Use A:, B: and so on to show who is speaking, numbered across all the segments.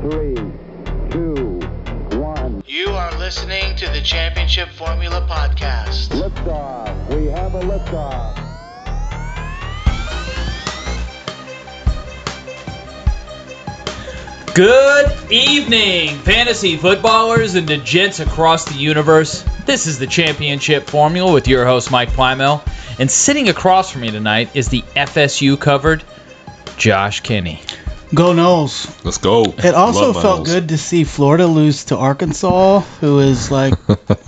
A: three, two, one.
B: You are listening to the Championship Formula Podcast.
A: Liftoff. We have a liftoff.
C: Good evening, fantasy footballers and the gents across the universe. This is the Championship Formula with your host, Mike Plymel. And sitting across from me tonight is the FSU covered Josh Kinney.
D: Go Knowles.
E: Let's go.
D: It also
E: Love my
D: felt
E: Knowles.
D: good to see Florida lose to Arkansas, who is like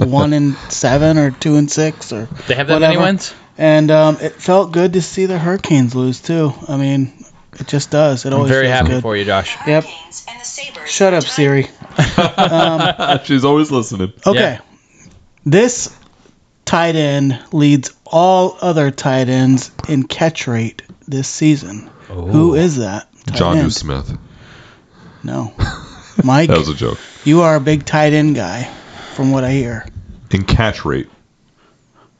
D: one and seven or two and six or
C: They have that many
D: whatever.
C: wins?
D: And um, it felt good to see the Hurricanes lose too. I mean, it just does. It
C: I'm
D: always
C: very
D: feels
C: happy
D: good.
C: for you, Josh.
D: Yep.
F: and the Sabres.
D: Shut up, Siri.
E: She's always listening.
D: Okay.
C: Yeah.
D: This tight end leads all other tight ends in catch rate this season.
E: Oh.
D: Who is that? tight
E: John U.
D: end?
E: Smith.
D: No. Mike,
E: That was a joke.
D: you are a big tight end guy, from what I hear.
E: In catch rate.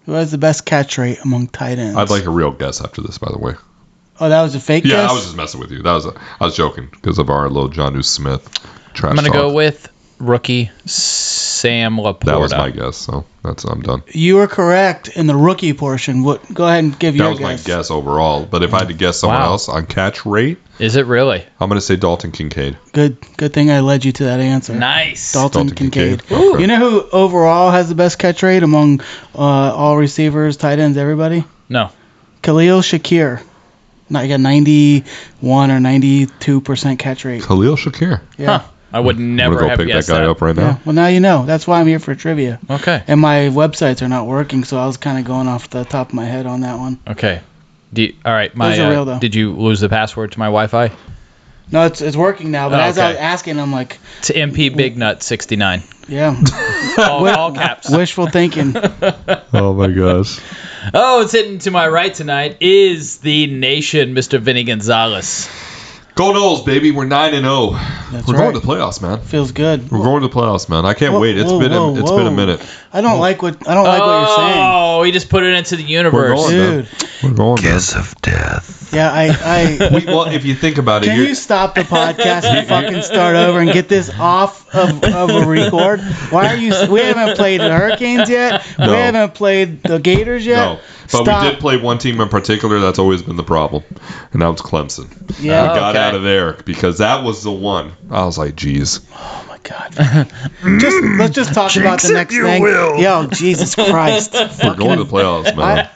D: Who has the best catch rate among tight ends?
E: I'd like a real guess after this, by the way.
D: Oh, that was a fake
E: Yeah,
D: guess.
E: I was just messing with you. That was a, I was joking because of our little John U. Smith trash
C: I'm going to
E: talk.
C: go with rookie Sam Laporta.
E: That was my guess, so that's I'm done.
D: You were correct in the rookie portion. What? Go ahead and give
E: That
D: your
E: was
D: guess.
E: my guess overall. But if I had to guess someone
C: Wow.
E: else on catch rate,
C: Is it really?
E: I'm going to say Dalton Kincaid.
D: Good. Good thing I led you to that answer.
C: Nice.
D: Dalton,
E: Dalton
D: Kincaid.
E: Kincaid. Ooh.
D: You know who overall has the best catch rate among uh, all receivers, tight ends, everybody?
C: No.
D: Khalil Shakir. Not like a 91 or 92 percent catch rate.
E: Khalil Shakir.
D: Yeah.
C: Huh. I would
E: I'm
C: never
E: going to
C: have
E: go pick that
C: guessed
E: guy up right
D: Yeah.
E: now.
D: Well, now you know. That's why I'm here for trivia.
C: Okay.
D: And my websites are not working, so I was kind of going off the top of my head on that one.
C: Okay. Do you- all right. My,
D: Those are
C: uh,
D: real, though.
C: did you lose the password to my Wi Fi?
D: No, it's, it's working now. But
C: Oh,
D: as I was
C: okay.
D: asking, I'm like,
C: To MP Big Nut 69.
D: yeah,
C: All, all caps.
D: wishful thinking.
E: Oh, my gosh.
C: Oh, it's hitting to my right tonight is the nation, Mr. Vinny Gonzalez.
E: Go Knowles, baby. We're 9 and 0.
D: That's
E: We're
D: right.
E: going to the playoffs, man.
D: Feels good.
E: We're going to the playoffs, man. I can't
D: Whoa,
E: wait. It's
D: whoa,
E: been a,
D: whoa,
E: it's been a
D: whoa.
E: minute.
D: I don't like what I don't like what you're saying.
C: Oh, he just put it into the
E: We're
C: universe.
E: going, man. We're going, man.
D: Yeah, I, I
E: We, well, if you think about it,
D: can
E: you're,
D: you stop the podcast and fucking start over and get this off of, of a record? Why are you? We haven't played the Hurricanes yet.
E: No.
D: We haven't played the Gators yet.
E: no. But
D: Stop.
E: we did play one team in particular. That's always been the problem, and that was Clemson.
D: Yeah.
E: we got
C: Okay.
E: out of there because that was the one. I was like, "Geez,
D: Oh my god. just let's just talk about the next thing. Yo, Jesus Christ.
E: we're going to the playoffs, man."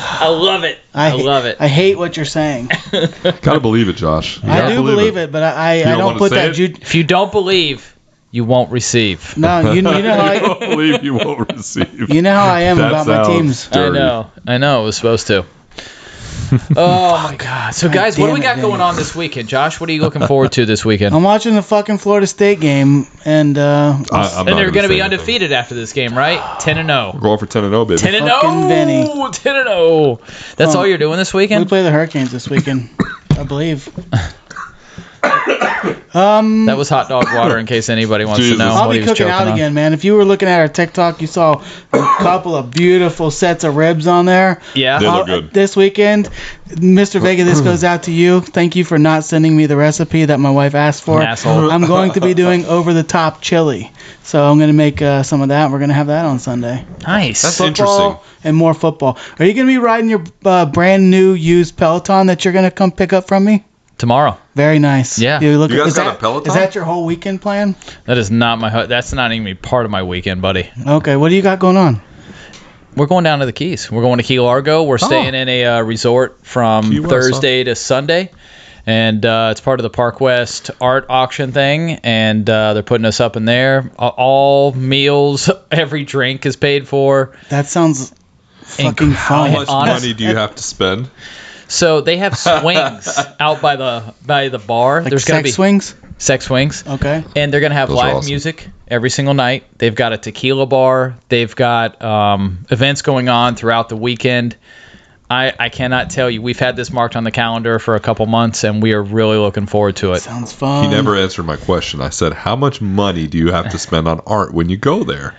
C: I love it. I, love it.
D: I hate what you're saying.
E: gotta believe it, Josh. You
D: I
E: gotta
D: do believe it, but I, I, I
E: don't
D: don't
E: wanna
D: put
E: say
D: that.
E: it?
D: Ju-
C: if you don't believe, you won't receive.
D: no, you, you know how
E: you
D: I,
E: don't believe you won't receive.
D: you know how I am
E: That
D: about my
E: sounds
D: teams.
C: I
E: dirty.
C: know. I know. It was supposed to. oh my God! So guys, what do we
D: damn it,
C: got going
D: Vinny.
C: on this weekend? Josh, what are you looking forward to this weekend?
D: I'm watching the fucking Florida State game, and uh,
E: I, am
C: and they're going to be
E: anything.
C: undefeated after this game, right? Ten and zero.
E: We're going for ten and zero, baby.
C: Ten and
D: Fucking Vinny.
C: zero. Ten and zero. That's all you're doing this
D: we
C: weekend.
D: play the Hurricanes this weekend, I believe. Um,
C: That was hot dog water, in case anybody wants
E: Jesus.
C: to know.
E: I'll
D: I'll
C: what he
D: be
C: was
D: cooking
C: choking
D: out
C: on.
D: again, man. If you were looking at our TikTok, you saw a couple of beautiful sets of ribs on there.
C: Yeah.
E: They
D: Uh,
E: look good.
D: This weekend, Mr. Vega, this goes out to you. Thank you for not sending me the recipe that my wife asked for.
C: Asshole.
D: I'm going to be doing over the top chili, so I'm going to make uh, some of that. We're going to have that on Sunday.
C: Nice.
E: That's
C: Football.
E: interesting.
D: Football and more football. Are you going to be riding your uh, brand new used Peloton that you're going to come pick up from me?
C: Tomorrow.
D: Very nice.
C: Yeah.
D: You, look,
E: You guys
D: is
E: got a
D: that-
E: Peloton?
D: Is that your whole weekend plan?
C: That is not my. hu- That's not even part of my weekend, buddy.
D: Okay. What do you got going on?
C: We're going down to the Keys. We're going to Key Largo. We're staying in a uh, resort from
E: Oh. Key West,
C: Thursday to Sunday, and uh, it's part of the Park West art auction thing. And uh, they're putting us up in there. A- All meals, every drink is paid for.
D: That sounds fucking
E: How
D: fun.
E: much
C: honest-
E: money do you have to spend?
C: So they have swings out by the by the bar.
D: Like
C: There's gonna
D: sex
C: be
D: swings.
C: sex swings.
D: Okay.
C: and they're gonna have
E: Those are
C: live
E: awesome.
C: music every single night. They've got a tequila bar. They've got um, events going on throughout the weekend. I, I cannot tell you. We've had this marked on the calendar for a couple months, and we are really looking forward to it.
D: Sounds fun.
E: He never answered my question. I said, "How much money do you have to spend on art when you go there?"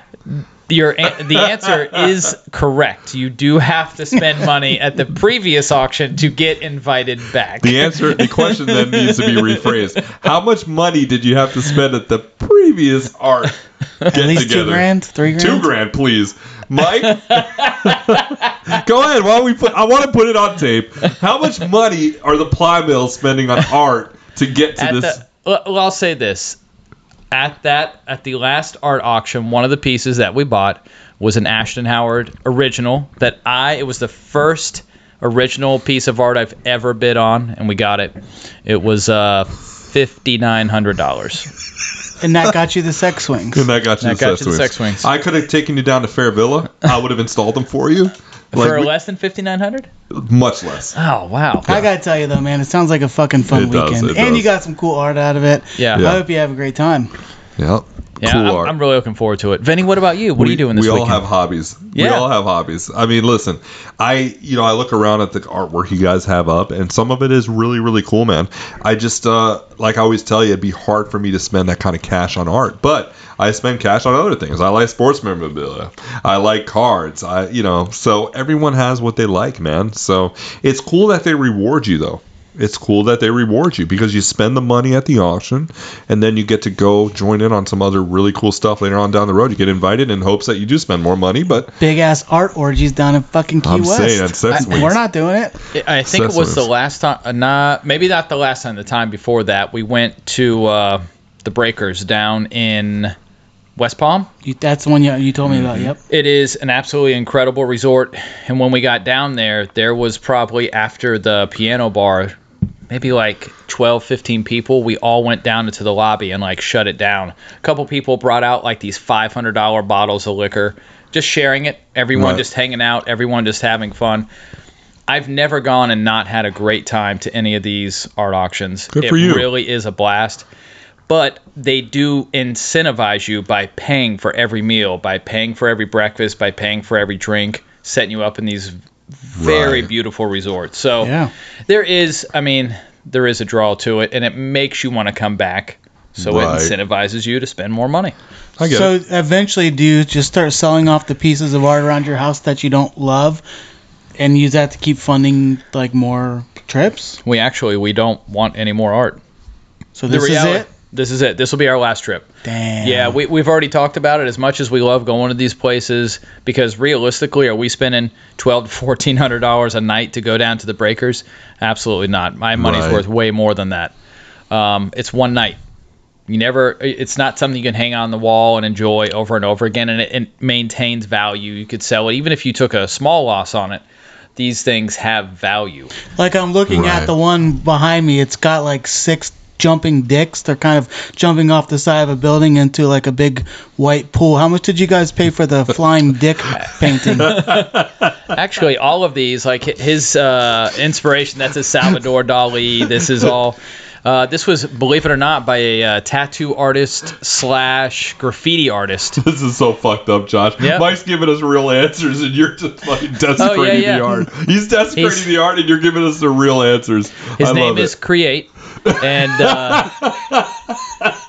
C: Your an- the answer is correct. You do have to spend money at the previous auction to get invited back.
E: The answer, the question then needs to be rephrased. How much money did you have to spend at the previous art
D: At
E: get
D: least
E: together?
D: two grand, three grand.
E: Two grand, please, Mike. Go ahead. Why don't we put? I want to put it on tape. How much money are the ply mills spending on art to get to
C: at
E: this?
C: the, well, well, I'll say this: at that at the last art auction, one of the pieces that we bought was an Ashton Howard original that I. It was the first original piece of art I've ever bid on, and we got it. It was uh. $5,900.
D: And that got you the sex swings.
E: and that got you,
C: That
E: the,
C: got
E: sex
C: you the sex
E: wings.
C: wings.
E: I could have taken you down to Fair Villa. I would have installed them for you. Like,
C: For
E: we-
C: less than 5900
E: much less.
C: Oh, wow.
D: I gotta tell you though, man, it sounds like a fucking fun
E: It does,
D: weekend,
E: it
D: and
E: does.
D: you got some cool art out of it.
C: Yeah.
E: Yeah.
D: I hope you have a great time.
E: Yeah.
C: Yeah,
E: cool
C: I'm,
E: art.
C: I'm really looking forward to it. Vinny, what about you? What are you doing this
E: we
C: weekend?
E: all have hobbies. We
C: Yeah.
E: all have hobbies. I mean, listen, I you know I look around at the artwork you guys have up, and some of it is really really cool, man. I just uh like I always tell you, it'd be hard for me to spend that kind of cash on art, but I spend cash on other things. I like sports memorabilia. I like cards. I you know so everyone has what they like, man. So it's cool that they reward you though. It's cool that they reward you because you spend the money at the auction and then you get to go join in on some other really cool stuff later on down the road. You get invited in hopes that you do spend more money, but
D: Big ass art orgies down in fucking Key
E: I'm
D: West.
E: saying on sex
D: I-
E: wings.
D: we're not doing it.
C: I think it was the
E: Sesame.
C: last time. Uh, not maybe not the last time. The time before that, we went to uh, the Breakers down in West Palm.
D: You, that's the one you, you told me
E: Mm-hmm.
D: about. Yep.
C: It is an absolutely incredible resort. And when we got down there, there was probably after the piano bar, maybe like 12, 15 people. We all went down into the lobby and like shut it down. A couple people brought out like these $500 bottles of liquor, just sharing it. Everyone
E: Right.
C: just hanging out, everyone just having fun. I've never gone and not had a great time to any of these art auctions.
E: Good
C: it
E: for you.
C: really is a blast but they do incentivize you by paying for every meal, by paying for every breakfast, by paying for every drink, setting you up in these very
E: Right.
C: beautiful resorts.
E: Oh,
C: So
D: Yeah.
C: there is, I mean, there is a draw to it, and it makes you want to come back. So
E: Right.
C: it incentivizes you to spend more money.
E: I get
D: so
E: it.
D: eventually, do you just start selling off the pieces of art around your house that you don't love, and use that to keep funding like more trips?
C: We actually we don't want any more art.
D: So this is it.
C: This is it. This will be our last trip.
D: Damn.
C: Yeah, we, we've already talked about it. As much as we love going to these places, because realistically, are we spending twelve to fourteen hundred dollars a night to go down to the breakers? Absolutely not. My money's
E: Right.
C: worth way more than that. Um, it's one night. You never. It's not something you can hang on the wall and enjoy over and over again, and it, it maintains value. You could sell it even if you took a small loss on it. These things have value.
D: Like I'm looking
E: Right.
D: at the one behind me. It's got like six jumping dicks. They're kind of jumping off the side of a building into like a big white pool. How much did you guys pay for the flying dick painting?
C: actually all of these like hi- his uh, inspiration that's a salvador dali this is all uh, this was believe it or not by a uh, tattoo artist slash graffiti artist
E: This is so fucked up, Josh.
C: Yeah. Oh,
E: Mike's giving us real answers, and you're just fucking desecrating
C: yeah.
E: the art. He's desecrating
C: He's-
E: the art, and you're giving us the real answers.
C: his
E: I
C: name
E: love
C: is
E: it.
C: create and uh,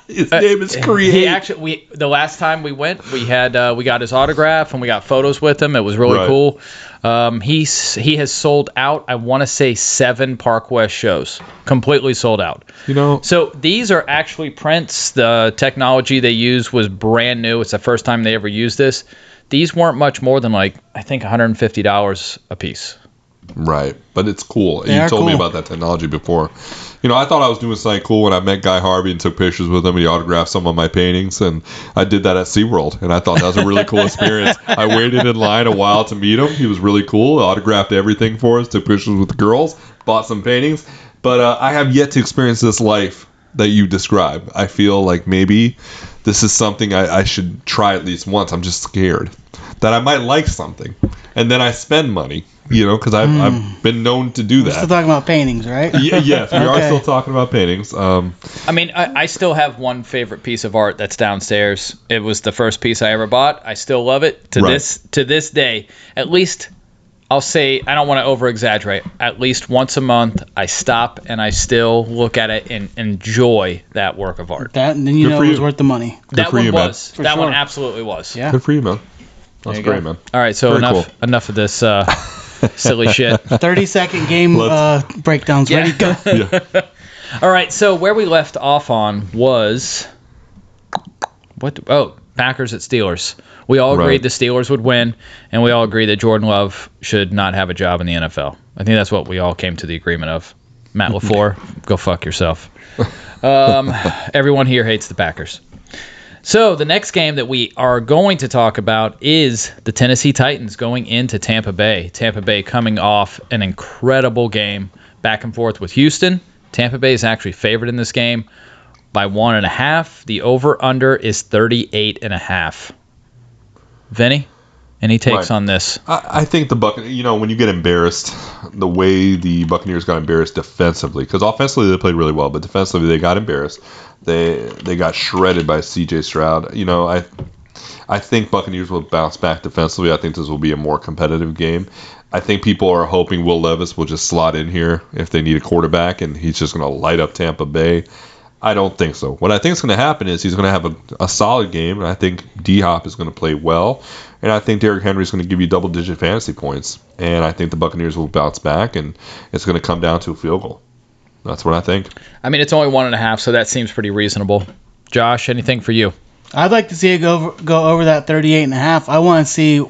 E: His name is Create.
C: he actually we the last time we went we had uh, we got his autograph and we got photos with him it was really
E: Right.
C: cool um, he's he has sold out i want to say seven park west shows completely sold out
E: you know,
C: So these are actually prints. The technology they used was brand new. It's the first time they ever used this. These weren't much more than like I think $150 a piece.
E: Right, but it's cool.
D: They
E: you
D: are
E: told me
D: cool.
E: about that technology before. You know, I thought I was doing something cool when I met Guy Harvey and took pictures with him. and He autographed some of my paintings, and I did that at SeaWorld, and I thought that was a really cool experience. I waited in line a while to meet him. He was really cool. Autographed everything for us, took pictures with the girls, bought some paintings. But uh, I have yet to experience this life that you describe. I feel like maybe this is something I, I should try at least once. I'm just scared that I might like something, and then I spend money. You know, because I've, I've been known to do
D: We're still
E: that.
D: talking about paintings, right?
E: Ye- yes, we are
D: Okay.
E: still talking about paintings. Um,
C: I mean, I, I still have one favorite piece of art that's downstairs. It was the first piece I ever bought. I still love it to
E: Right.
C: this to this day. At least I'll say I don't want to over exaggerate. At least once a month I stop and I still look at it and enjoy that work of art.
D: That and then you
E: Good
D: know
E: for
D: it was
E: you.
D: worth the money.
C: that
E: for
C: one
E: you, man.
C: was. that one
D: sure.
C: absolutely was.
D: Yeah.
E: good for you, man. That's
C: you
E: great,
C: go.
E: man.
C: All right, so
E: Very
C: enough
E: cool.
C: enough of this uh, silly shit.
D: 30 second game uh,
E: Let's-
D: breakdowns. Ready? Go.
E: Yeah.
C: All right, so where we left off on was what? Oh, Packers at Steelers. We all
E: Right.
C: agreed the Steelers would win, and we all agreed that Jordan Love should not have a job in the NFL. I think that's what we all came to the agreement of. Matt Lafleur, go fuck yourself. Um, everyone here hates the Packers. So the next game that we are going to talk about is the Tennessee Titans going into Tampa Bay. Tampa Bay coming off an incredible game back and forth with Houston. Tampa Bay is actually favored in this game by one and a half. The over under is 38 and a half. Vinny, any takes
E: Right.
C: on this?
E: I, I think the Buc- you know, when you get embarrassed, the way the Buccaneers got embarrassed defensively, because offensively they played really well, but defensively they got embarrassed. They they got shredded by C.J. Stroud. You know, I I think Buccaneers will bounce back defensively. I think this will be a more competitive game. I think people are hoping Will Levis will just slot in here if they need a quarterback, and he's just going to light up Tampa Bay. I don't think so. What I think is going to happen is he's going to have a, a solid game, and I think D Hop is going to play well, and I think Derrick Henry is going to give you double digit fantasy points, and I think the Buccaneers will bounce back, and it's going to come down to a field goal. That's what I think.
C: I mean, it's only one and a half, so that seems pretty reasonable. Josh, anything for you?
D: I'd like to see it go over, go over that 38 and a half. I want to see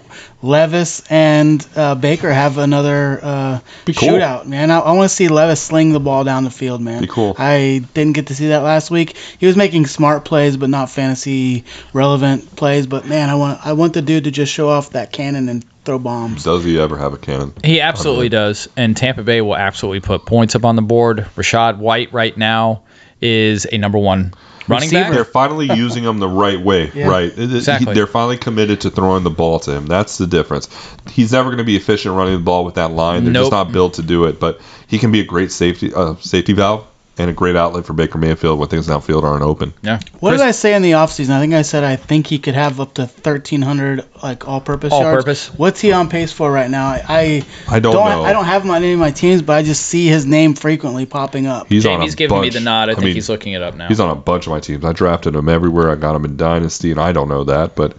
D: Levis and uh, Baker have another uh,
E: cool.
D: shootout, man. I, I want to see Levis sling the ball down the field, man.
E: Be cool.
D: I didn't get to see that last week. He was making smart plays, but not fantasy relevant plays. But man, I want I want the dude to just show off that cannon and throw bombs.
E: Does he ever have a cannon?
C: He absolutely does, and Tampa Bay will absolutely put points up on the board. Rashad White right now is a number one running
E: They're
C: back.
E: finally using him the right way,
D: Yeah.
E: right? It- it- he-
C: Exactly.
E: They're finally committed to throwing the ball to him. That's the difference. He's never going to be efficient running the ball with that line. They're
C: Nope.
E: just not built to do it. But he can be a great safety uh, safety valve and a great outlet for Baker Mayfield when things downfield aren't open.
C: Yeah.
D: What
C: Chris-
D: did I say in the offseason? I think I said I think he could have up to 1,300 like all-purpose yards.
C: All-purpose.
D: What's he on pace for right now? I, I
E: I don't, know.
D: I don't have him on any of my teams, but I just see his name frequently popping up.
E: he's on
C: Jamie's
E: a
C: giving me
E: bunch-
C: the nod. I, think
E: mean,
C: he's looking it up now.
E: He's on a bunch of my teams. I drafted him everywhere. I got him in Dynasty, and I don't know that, but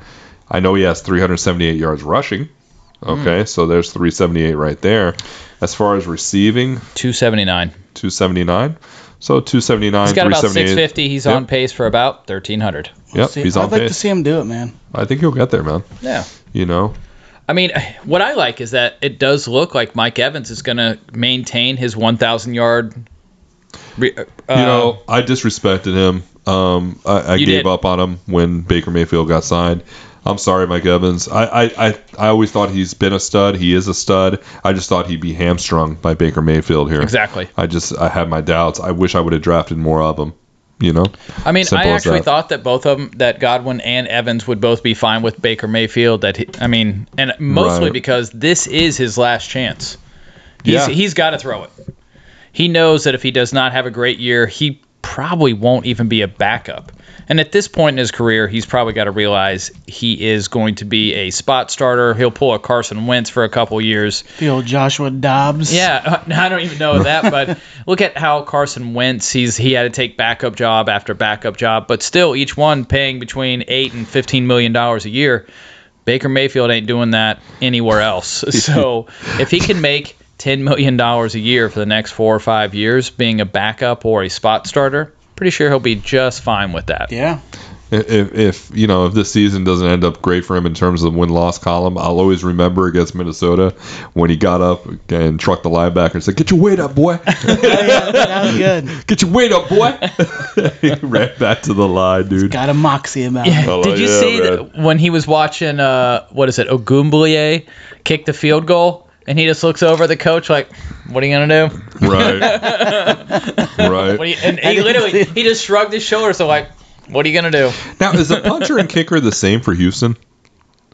E: I know he has 378 yards rushing.
C: Hmm.
E: Okay, so there's 378 right there. As far as receiving,
C: 279.
E: 279. So 279,
C: He's got about
E: 378.
C: 650. He's
E: Yep.
C: on pace for about 1300.
E: Yep,
D: See,
E: he's
D: I'd
E: on
D: like to
E: pace.
D: see him do it, man.
E: I think he'll get there, man.
C: Yeah.
E: You know,
C: I mean, what I like is that it does look like Mike Evans is going to maintain his 1,000 yard. Re- uh,
E: you know, I disrespected him. Um, I, I
C: You
E: gave
C: did.
E: up on him when Baker Mayfield got signed. I'm sorry, Mike Evans. I, I, I, I always thought he's been a stud. He is a stud. I just thought he'd be hamstrung by Baker Mayfield here.
C: exactly.
E: I just I had my doubts. I wish I would have drafted more of him. You know.
C: I mean, I
E: Simple as
C: actually
E: that.
C: thought that both of them, that Godwin and Evans would both be fine with Baker Mayfield. That he, I mean, and mostly
E: Right.
C: because this is his last chance. He's,
E: Yeah.
C: he's got to throw it. He knows that if he does not have a great year, he probably won't even be a backup. And at this point in his career, he's probably got to realize he is going to be a spot starter. He'll pull a Carson Wentz for a couple years.
D: The old Joshua Dobbs.
C: Yeah, I don't even know that, but look at how Carson Wentz he's he had to take backup job after backup job, but still each one paying between eight and fifteen million dollars a year. Baker Mayfield ain't doing that anywhere else. So if he can make ten million dollars a year for the next four or five years, being a backup or a spot starter, pretty sure he'll be just fine with that.
D: Yeah.
E: if, if you know if this season doesn't end up great for him in terms of the win loss column, I'll always remember against Minnesota when he got up and trucked the linebacker and said, "Get your weight up, boy!
D: That was good.
E: Get your weight up, boy!" he ran back to the line, dude.
D: Got a moxie about him.
E: Hello,
C: Did you
E: yeah,
C: see
E: man.
C: that when he was watching uh what is it, Ogumblie kick the field goal and he just looks over at the coach like, What are you gonna do?
E: Right,
C: What are
E: right.
C: you, and he literally he just shrugged his shoulders so like, What are you gonna do?
E: Now, is the punter and kicker the same for Houston?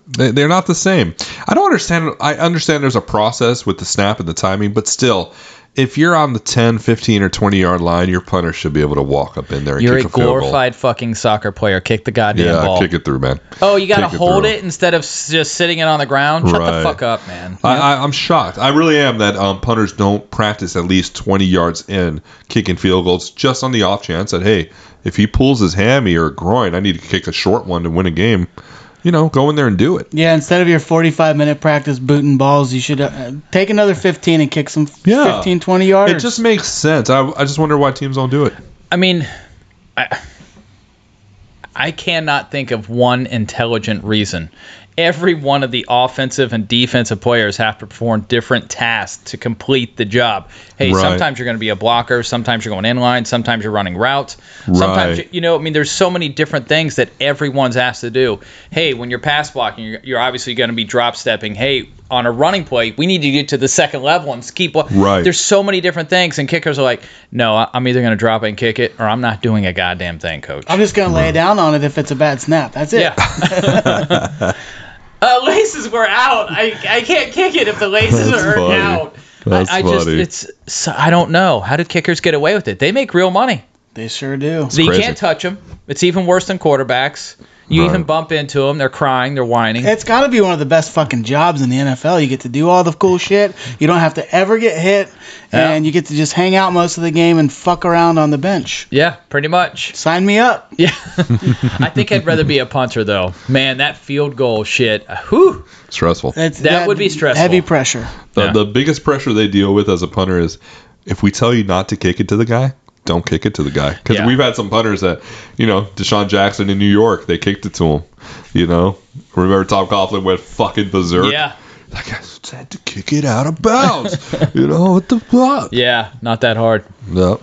E: They- They're not the same. I don't understand. I understand there's a process with the snap and the timing, but still, if you're on the 10, 15, or 20 yard line, your punter should be able to walk up in there and
C: You're a
E: kick a field goal.
C: glorified fucking soccer player. Kick the goddamn
E: Yeah,
C: ball.
E: kick it through, man.
C: oh, you gotta
E: kick it
C: hold
E: through.
C: it instead of s- just sitting it on the ground. Shut the
E: Right.
C: fuck up, man.
E: I, I, I'm shocked. I really am that um, punters don't practice at least 20 yards in kicking field goals just on the off chance that, hey, if he pulls his hammy or groin, I need to kick a short one to win a game. you know, go in there and do it.
D: Yeah, instead of your 45 minute practice booting balls, you should uh, take another 15 and kick some
E: Yeah.
D: 15, 20 yards.
E: It just makes sense. I, I just wonder why teams don't do it.
C: I mean, I, I cannot think of one intelligent reason. Every one of the offensive and defensive players have to perform different tasks to complete the job. Hey,
E: Right.
C: sometimes you're going to be a blocker, sometimes you're going inline, sometimes you're running routes. Sometimes,
E: Right.
C: you know, I mean, there's so many different things that everyone's asked to do. Hey, when you're pass blocking, you're, you're obviously going to be drop stepping. Hey, on a running play, we need to get to the second level and keep.
E: Right.
C: There's so many different things, and kickers are like, no, I- I'm either going to drop it and kick it, or I'm not doing a goddamn thing, coach.
E: Oh,
D: I'm just going to lay down on it if it's a bad snap. That's it.
C: yeah. uh, laces were out. I, I can't kick it if the laces
E: That's
C: are
E: funny.
C: out.
E: That's
C: I, I just
E: funny.
C: it's so, I don't know how do kickers get away with it? They make real money.
D: They sure do.
C: So you
E: crazy.
C: can't touch them. It's even worse than quarterbacks. You even bump into them. They're crying. They're whining.
D: It's got to be one of the best fucking jobs in the NFL. You get to do all the cool shit. You don't have to ever get hit,
C: Yeah.
D: and you get to just hang out most of the game and fuck around on the bench.
C: yeah, pretty much.
D: Sign me up.
C: Yeah. I think I'd rather be a punter though. Man, that field goal shit. Whew.
E: Stressful.
D: That's,
C: That would be stressful.
D: Heavy pressure.
E: The,
C: Yeah.
E: the biggest pressure they deal with as a punter is if we tell you not to kick it to the guy, don't kick it to the guy. Because
C: Yeah.
E: we've had some punters that, you know, Deshaun Jackson in New York, they kicked it to him. You know, remember Tom Coughlin went fucking berserk.
C: Yeah.
E: That guy had to kick it out of bounds. you know, what the fuck?
C: Yeah, not that hard.
E: No.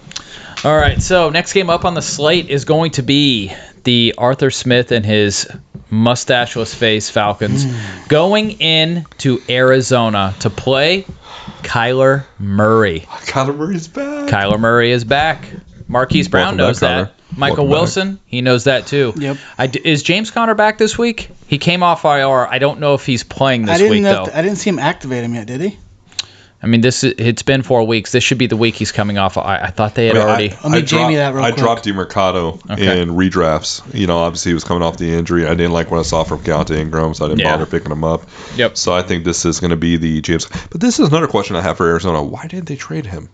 C: All right, so next game up on the slate is going to be the Arthur Smith and his mustacheless face Falcons
E: Hmm.
C: going in to Arizona to play Kyler Murray.
E: Kyler Murray's back.
C: Kyler Murray is back. Marquise Brown
E: Welcome back,
C: knows that.
E: Kyler.
C: Michael
E: Welcome back.
C: Wilson, he knows that too.
D: Yep.
C: I d is James Conner back this week? He came off IR. I don't know if he's playing
D: I
C: this
D: didn't
C: week
D: know.
C: though.
D: I didn't see him activate him yet, did he?
C: I mean, this is, it's been four weeks. This should be the week he's coming off. I, I thought they had
E: I mean,
C: already.
D: Let me Jamie that real
E: I
D: quick.
E: dropped DiMercato
C: Okay.
E: in redrafts. You know, obviously he was coming off the injury. I didn't like what I saw from Galante Ingram, so I didn't
C: Yeah.
E: bother picking him up.
C: Yep.
E: So I think this is going to be the James. But this is another question I have for Arizona. Why didn't they trade him?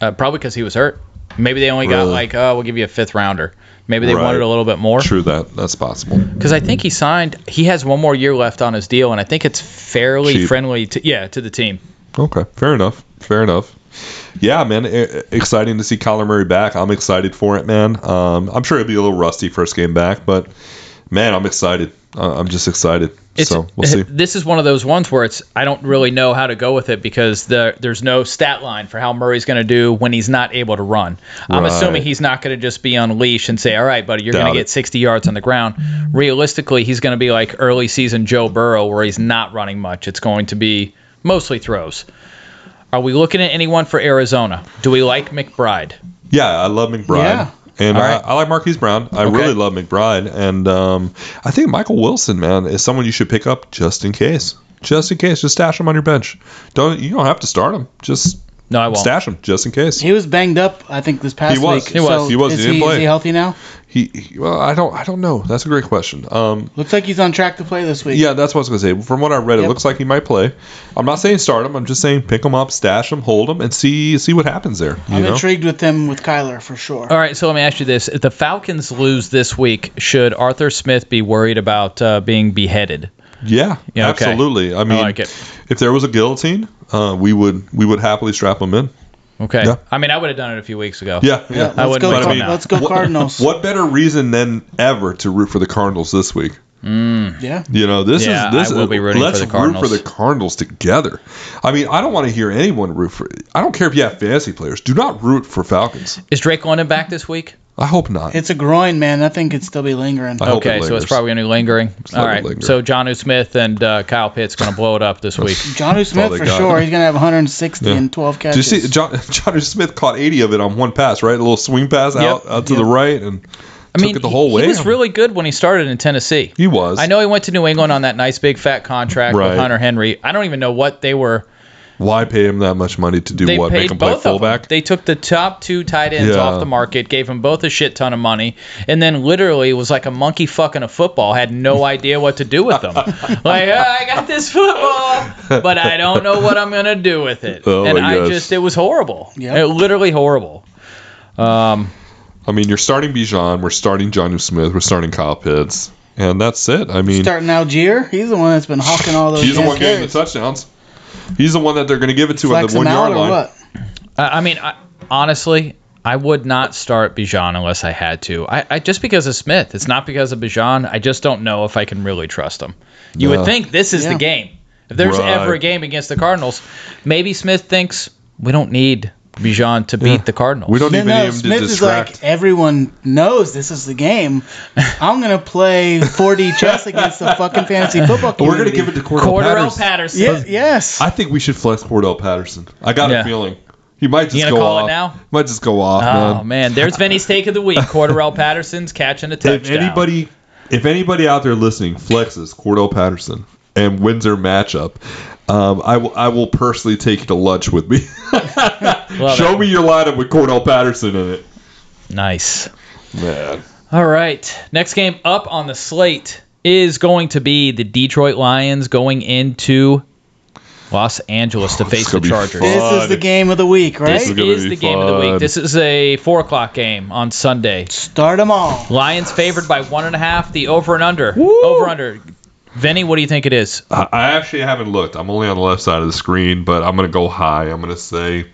C: Uh, probably because he was hurt. Maybe they only got
E: Really?
C: like, oh, we'll give you a fifth rounder. Maybe they
E: Right.
C: wanted a little bit more.
E: True that. That's possible.
C: Because I think he signed. He has one more year left on his deal, and I think it's fairly
E: Cheap.
C: friendly. To, yeah, to the team.
E: Okay. Fair enough. Fair enough. Yeah, man. e- e- exciting to see Kyler Murray back. I'm excited for it, man. Um, I'm sure it'll be a little rusty first game back, but man, I'm excited. Uh, I'm just excited.
C: It's,
E: so we'll see.
C: This is one of those ones where it's I don't really know how to go with it because the there's no stat line for how Murray's going to do when he's not able to run. I'm
E: Right.
C: assuming he's not going to just be on leash and say, "All right, buddy, you're going
E: Doubt
C: to
E: it.
C: get 60 yards on the ground." Realistically, he's going to be like early season Joe Burrow where he's not running much. It's going to be mostly throws. Are we looking at anyone for Arizona? Do we like McBride?
E: Yeah, I love McBride.
D: Yeah.
E: And
C: All right.
E: I, I like Marquise Brown. I
C: Okay.
E: really love McBride. And um, I think Michael Wilson, man, is someone you should pick up just in case. Just in case. Just stash him on your bench. Don't You don't have to start him. Just
C: No, I won't.
E: stash him just in case.
D: He was banged up. I think this past
E: He was.
D: week.
E: He was.
D: So
E: He was.
D: Is
E: He didn't
D: Is
E: play.
D: he healthy now?
E: He, he- well, I don't I don't know. That's a great question. Um,
D: Looks like he's on track to play this week.
E: yeah, that's what I was going to say. From what I read,
D: Yep.
E: it looks like he might play. I'm not saying start him. I'm just saying pick him up, stash him, hold him, and see see what happens there. You
D: I'm
E: know?
D: intrigued with him with Kyler for sure.
C: All right, so let me ask you this: If the Falcons lose this week, should Arthur Smith be worried about uh, being beheaded?
E: Yeah,
C: Yeah, okay.
E: absolutely. I mean,
C: like it.
E: if there was a guillotine, uh, we would we would happily strap him in.
C: Okay.
E: Yeah.
C: I mean, I would have done it a few weeks ago.
E: Yeah, yeah.
D: Yeah,
C: I
D: let's,
C: wouldn't
D: go,
C: blame
D: Car-
C: him now.
D: let's go
E: What-
D: Cardinals.
E: What better reason than ever to root for the Cardinals this week?
D: Yeah.
E: You know, this
C: Yeah,
E: is this
C: I will
E: is,
C: be rooting for
E: let's
C: the Cardinals.
E: root for the Cardinals together. I mean, I don't want to hear anyone root for. I don't care if you have fantasy players. Do not root for Falcons.
C: Is Drake London back this week?
E: I hope not.
D: It's a groin, man. That thing could still be lingering.
E: I hope it
C: okay, so it's
E: lingers.
C: probably going to be lingering.
E: let
C: All
E: it
C: right.
E: linger.
C: So John U. Smith and uh, Kyle Pitts going to blow it up this week.
D: John Smith
E: all they
D: for
E: got.
D: sure. He's gonna have 160
E: Yeah.
D: and 12
E: Did you
D: catches.
E: see John, Johnny Smith caught 80 of it on one pass, right? A little swing pass out, out to the right and
C: I mean,
E: took it the
C: he-
E: whole
C: he,
E: way.
C: was really good when he started in Tennessee.
E: He was.
C: I know he went to New England on that nice big fat contract
E: Right.
C: with Hunter Henry. I don't even know what they were.
E: Why pay him that much money to do
C: They
E: what?
C: paid
E: Make him
C: both
E: play
C: of them.
E: fullback?
C: They took the top two tight ends
E: Yeah.
C: off the market, gave them both a shit ton of money, and then literally was like a monkey fucking a football. Had no idea what to do with them. like "Oh, I got this football, but I don't know what I'm gonna do with it.
E: Oh,
C: and
E: my
C: I
E: gosh.
C: just, it was horrible.
D: Yep.
C: It literally horrible.
E: I mean, you're starting Bijan. We're starting Johnny Smith. We're starting Kyle Pitts. and that's it. I mean,
D: Starting Algier, he's the one that's been hawking all those.
E: he's the
D: damn
E: one getting the
D: carries.
E: touchdowns. He's the one that they're going to give it to at
D: Flex
E: the
D: him
E: one
D: out
E: yard
D: or
E: line.
D: what?
C: I I mean, I, honestly, I would not start Bijan unless I had to. I, I just because of Smith. It's not because of Bijan. I just don't know if I can really trust him. You
E: No.
C: would think this is
D: Yeah.
C: the game. If there's
E: Right.
C: ever a game against the Cardinals, maybe Smith thinks we don't need Bijan to beat the Cardinals.
E: We don't
D: No,
E: even
D: no,
E: need him
D: Smith
E: to
D: is
E: distract.
D: like everyone knows this is the game. I'm gonna play 4D chess against the fucking fantasy football.
E: But we're going to
D: community.
E: give it to Cordell,
C: Cordero
E: Patterson.
C: Patterson.
D: Yeah, yes.
E: I think we should flex Cordell Patterson. I got
C: Yeah.
E: a feeling he might just
C: You gonna
E: go
C: call it
E: off.
C: now?
E: Might just go off,
C: Oh man.
E: man.
C: there's Vinny's take of the week. Cordero Patterson's catching a touchdown.
E: If anybody, if anybody out there listening flexes Cordell Patterson and wins their matchup, um, I will I will personally take you to lunch with me. Show
C: it.
E: me your lineup with Cordell Patterson in it,
C: nice.
E: man.
C: All right. Next game up on the slate is going to be the Detroit Lions going into Los Angeles to face the
E: Oh, gonna be
C: Chargers.
E: fun.
D: this is the game of the week, right?
C: This
E: is
C: is,
E: gonna be
C: the game of the
E: fun.
C: week. This is a four o'clock game on Sunday.
D: Start them all.
C: Lions favored by one and a half. The over and under. Over under. Vinny, what do you think it is?
E: I, I actually haven't looked. I'm only on the left side of the screen, but I'm gonna go high. I'm gonna say,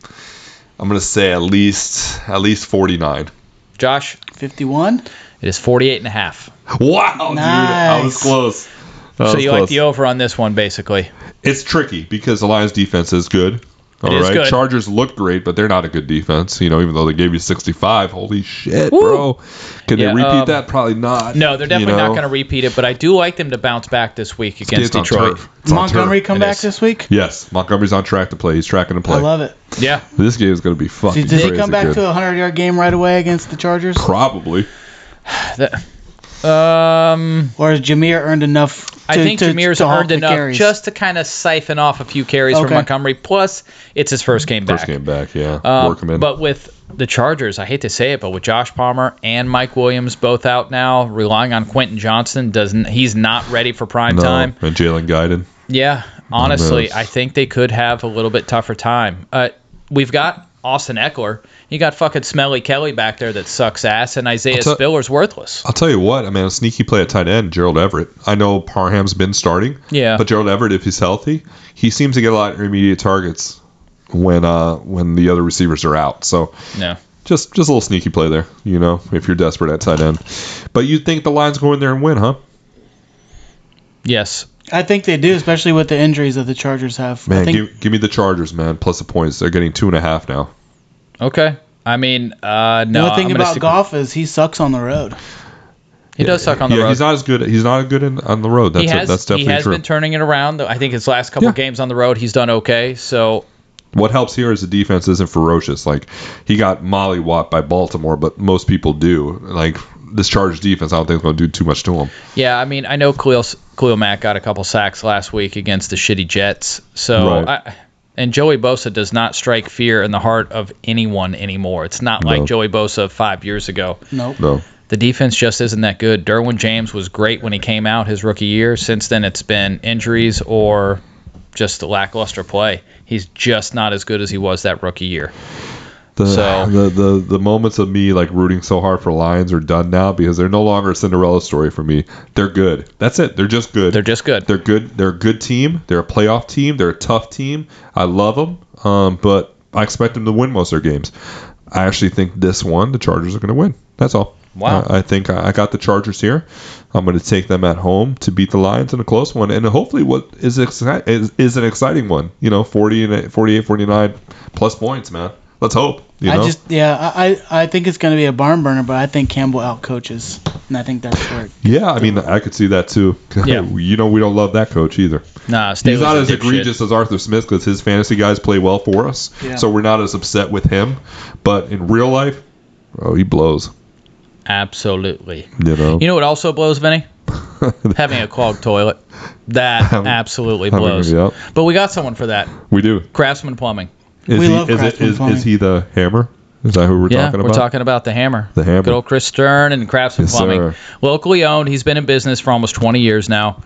E: I'm gonna say at least at least 49.
C: Josh,
D: 51.
C: it is 48 and a half.
E: Wow, dude, I was
D: Nice.
E: close. I
C: So
E: was
C: you like
E: close.
C: the over on this one, basically.
E: It's tricky because the Lions defense is good. All right,
C: is good.
E: Chargers look great, but they're not a good defense. You know, even though they gave you 65, holy shit, bro! Can
C: Yeah,
E: they repeat
C: um,
E: that? Probably not.
C: No, they're
E: you
C: definitely not
E: know?
C: going to repeat it, but I do like them to bounce back this week against
E: It's on
C: Detroit.
E: turf. It's on
D: Montgomery
E: turf.
D: come
C: It
D: back
C: is.
D: this week.
E: Yes, Montgomery's on track to play. He's tracking to play.
D: I love it.
C: Yeah.
E: this game is going to be fucking
D: Did, did
E: crazy.
D: they come back
E: good.
D: to a 100 yard game right away against the Chargers?
E: Probably.
C: That- um,
D: Or has Jameer earned enough? To,
C: I think
D: to,
C: Jameer's
D: to halt
C: earned
D: the
C: enough
D: carries?
C: just to kind of siphon off a few carries from
D: Okay.
C: Montgomery. Plus, it's his first game
E: First
C: back.
E: game back, yeah.
C: Um,
E: Work him in.
C: But with the Chargers, I hate to say it, but with Josh Palmer and Mike Williams both out now, relying on Quentin Johnson doesn't. He's not ready for prime
E: no,
C: time.
E: and Jalen Guyton.
C: Yeah, honestly,
E: knows?
C: I think they could have a little bit tougher time. Uh, we've got Austin Eckler. You got fucking Smelly Kelly back there that sucks ass, and Isaiah
E: tell-
C: Spiller's worthless.
E: I'll tell you what, I mean, a sneaky play at tight end, Gerald Everett. I know Parham's been starting.
C: Yeah.
E: But Gerald Everett, if he's healthy, he seems to get a lot of immediate targets when uh when the other receivers are out. So
C: No.
E: just just a little sneaky play there, you know, if you're desperate at tight end. But you think the Lions go in there and win, huh?
C: Yes.
D: I think they do, especially with the injuries that the Chargers have. I
E: Man,
D: think
E: give, give me the Chargers, man, plus the points. They're getting two and a half now.
C: Okay. I mean, uh,
D: the
C: no.
D: only thing
C: I'm gonna
D: about
C: stick-
D: golf is he sucks on the road.
C: he does suck on the
E: yeah,
C: road.
E: he's not as good. He's not as good in, on the road. That's
C: he
E: it.
C: has,
E: that's
C: he
E: definitely
C: has
E: true.
C: been turning it around. though. I think his last couple
E: Yeah.
C: games on the road, he's done okay. So
E: what helps here is the defense isn't ferocious. Like he got mollywopped by Baltimore, but most people do. Like this Chargers defense, I don't think is going to do too much to him.
C: Yeah, I mean, I know Khalil, Khalil Mack got a couple sacks last week against the shitty Jets. So,
E: Right.
C: I, and Joey Bosa does not strike fear in the heart of anyone anymore. It's not like
E: No.
C: Joey Bosa five years ago.
D: Nope.
E: No,
C: The defense just isn't that good. Derwin James was great when he came out his rookie year. Since then, it's been injuries or just the lackluster play. He's just not as good as he was that rookie year.
E: the,
C: So-
E: the the the moments of me like rooting so hard for Lions are done now because they're no longer a Cinderella story for me. They're good. That's it. They're just good.
C: They're just good.
E: They're good. They're a good team. They're a playoff team. They're a tough team. I love them, um, but I expect them to win most of their games. I actually think this one, the Chargers are going to win. That's all.
C: Wow.
E: I, I think I, I got the Chargers here. I'm going to take them at home to beat the Lions in a close one, and hopefully, what is exci- is, is an exciting one. You know, 40 and 48, 49 plus points, man. Let's hope. You know,
D: I just yeah, I I I think it's going to be a barn burner, but I think Campbell out coaches, and I think that's where.
E: yeah. I mean, I could see that too.
C: Yeah.
E: you know, we don't love that coach either.
C: Nah,
E: He's
C: Staley's
E: not
C: a
E: as
C: dipshit.
E: egregious as Arthur Smith because his fantasy guys play well for us,
D: Yeah.
E: so we're not as upset with him. But in real life, oh, he blows.
C: Absolutely.
E: You know,
C: You know what also blows, Vinny? Having a clogged toilet. That
E: Having-
C: absolutely
E: having-
C: blows.
E: yep.
C: But we got someone for that.
E: we do.
C: Craftsman Plumbing.
E: Is
D: We
E: he
D: love
E: is, it,
D: Craftsman
E: is,
D: Plumbing.
E: is he the hammer? Is that who we're
C: yeah,
E: talking
C: we're
E: about?
C: talking about the hammer.
E: The hammer.
C: Good old Chris Stern and Craftsman
E: Yes,
C: Plumbing.
E: sir.
C: Locally owned. He's been in business for almost 20 years now.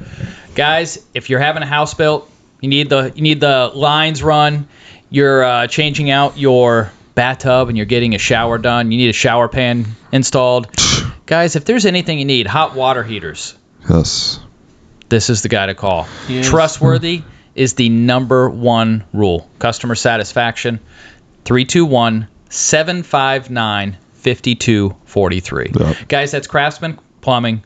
C: Guys, if you're having a house built, you need the you need the lines run. You're uh, changing out your bathtub and you're getting a shower done. You need a shower pan installed. Guys, if there's anything you need, hot water heaters.
E: Yes.
C: this is the guy to call.
D: Yes.
C: Trustworthy is the number one rule. Customer satisfaction 321 759 5243.
E: Yep.
C: Guys, that's Craftsman Plumbing.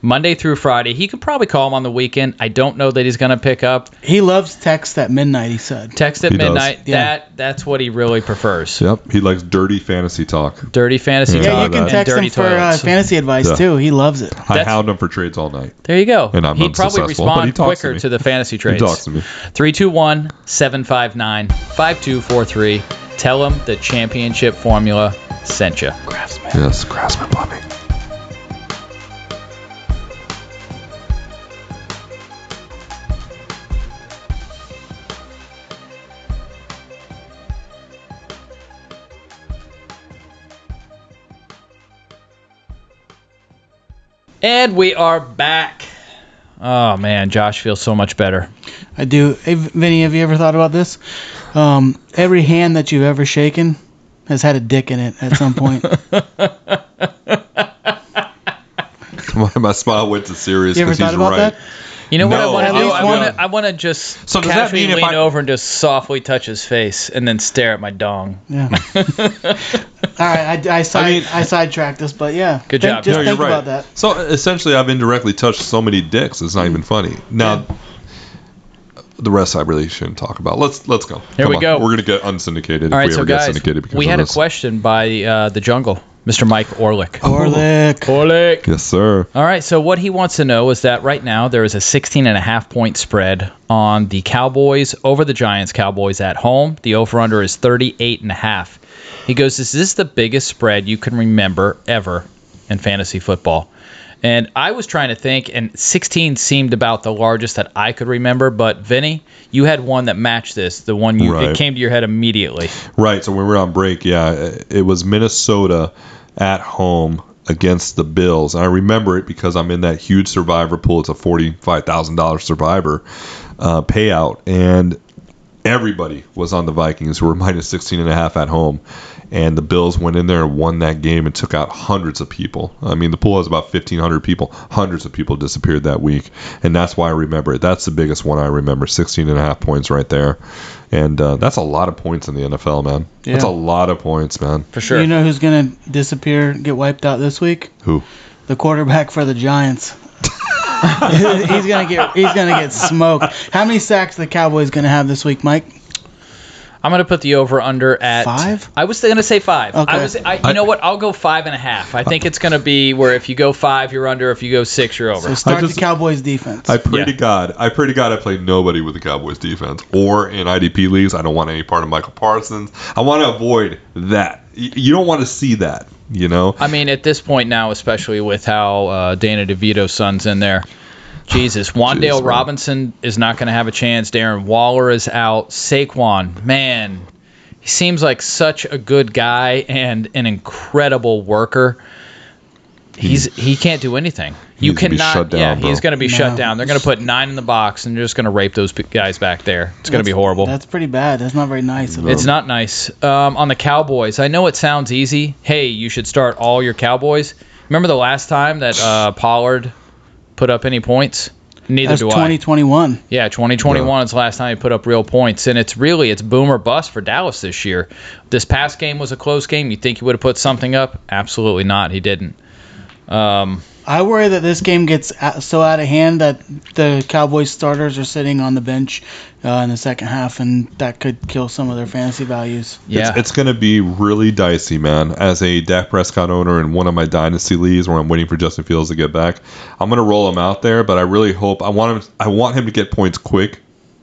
C: Monday through Friday. He could probably call him on the weekend. I don't know that he's going to pick up.
D: He loves text at midnight. He said.
C: Text at
E: He does.
C: midnight.
D: Yeah.
C: That that's what he really prefers.
E: Yep. He likes dirty fantasy talk.
C: Dirty fantasy
E: Yeah,
D: Yeah,
C: talk
D: you can
C: and
D: text
C: dirty
D: him for uh,
C: toilets.
D: fantasy advice
E: Yeah.
D: too. He loves it.
E: I
C: That's-
E: hound him for trades all night.
C: there you go.
E: And I'm
C: He'd probably
E: unsuccessful, but he
C: respond
E: talks to
C: quicker
E: me.
C: to, the fantasy
E: He
C: trades.
E: talks to me.
C: 321 759 5243. Tell them the championship formula sent you.
E: Yes, Craftsman Plumbing.
C: And we are back. Oh, man. Josh feels so much better.
D: I do. Hey, Vinny, have you ever thought about this? Um, every hand that you've ever shaken has had a dick in it at some point.
E: My, my smile went to serious
D: You ever
E: because
D: thought
E: he's
D: about
E: right.
D: that?
C: You know what I
E: No,
C: want to
D: at
C: do?
D: least
C: I
D: one-
C: want to I wanna just
E: uh, So does that
C: casually
E: mean if
C: lean
E: I-
C: over and just softly touch his face and then stare at my dong.
D: Yeah. All right, I, I, side, I,
E: mean-
D: sidetracked this, but yeah.
C: Good
D: Think-
C: job.
D: Just
E: No, you're
D: think
E: right.
D: about that.
E: So essentially, I've indirectly touched so many dicks. It's not
D: Mm-hmm.
E: even funny. Now, the rest I really shouldn't talk about. Let's let's go.
C: Here we
E: on.
C: go.
E: We're gonna get unsyndicated
C: All
E: if
C: right,
E: we
C: so
E: ever get
C: guys,
E: syndicated. Because
C: we
E: of
C: had a
E: this.
C: question by uh, the jungle, Mr. Mike Orlick.
E: Oh.
D: Orlick.
C: Orlick.
E: Yes, sir.
C: All right. So what he wants to know is that right now there is a 16 and a half point spread on the Cowboys over the Giants. Cowboys at home. The over under is 38 and a half. He goes, "This is the biggest spread you can remember ever in fantasy football." And I was trying to think, and 16 seemed about the largest that I could remember. But Vinny, you had one that matched this. The one you it
E: Right.
C: came to your head immediately.
E: Right. So when we were on break, yeah, it- it was Minnesota at home against the Bills. And I remember it because I'm in that huge survivor pool. It's a $45,000 survivor uh, payout. And everybody was on the Vikings, who were minus 16 and a half at home. And the Bills went in there and won that game and took out hundreds of people. I mean, the pool has about 1,500 people. Hundreds of people disappeared that week. And that's why I remember it. That's the biggest one I remember 16 and a half points right there. And uh, that's a lot of points in the NFL, man. That's a
D: Yeah.
E: lot of points, man.
C: For sure.
D: You know who's going to disappear, get wiped out this week?
E: Who?
D: The quarterback for the Giants. he's gonna get he's gonna get smoked. How many sacks the Cowboys gonna have this week, Mike?
C: I'm gonna put the over under at
D: Five?
C: I was gonna say five. I
D: Okay.
C: was. I, you know what? I'll go five and a half. I think it's gonna be where if you go five, you're under. If you go six, you're over.
D: So start
E: just-
D: the Cowboys defense.
E: I pray
C: Yeah.
E: to God, I pray to God, I play nobody with the Cowboys defense or in IDP leagues. I don't want any part of Michael Parsons. I want to avoid that. Y- You don't want to see that, you know.
C: I mean, at this point now, especially with how uh, Dana DeVito's son's in there. Jesus,
E: Jeez,
C: Wandale
E: man.
C: Robinson is not going to have a chance. Darren Waller is out. Saquon, man, he seems like such a good guy and an incredible worker. He's he can't do anything. You
E: needs to be
C: cannot.
E: shut down,
C: yeah, he's going
E: bro.
C: to be shut
D: No.
C: down. They're going to put nine in the box and they're just going to rape those p- guys back there. It's going to be
D: That's-
C: horrible.
D: That's pretty bad. That's not very nice. of
C: It's
D: them.
C: not nice. Um, on the Cowboys, I know it sounds easy. Hey, you should start all your Cowboys. Remember the last time that uh, Pollard put up any points? Neither
D: That's
C: do I.
D: 2021.
C: Yeah, 2021 is the last time he put up real points, and it's really it's boom or bust for Dallas this year. This past game was a close game. You think he would have put something up? Absolutely not. He didn't. Um,
D: I worry that this game gets out- so out of hand that the Cowboys starters are sitting on the bench uh, in the second half, and that could kill some of their fantasy values.
C: yeah,
E: It's, it's going to be really dicey, man. As a Dak Prescott owner in one of my dynasty leagues where I'm waiting for Justin Fields to get back, I'm going to roll him out there, but I really hope I want him I want him to get points quick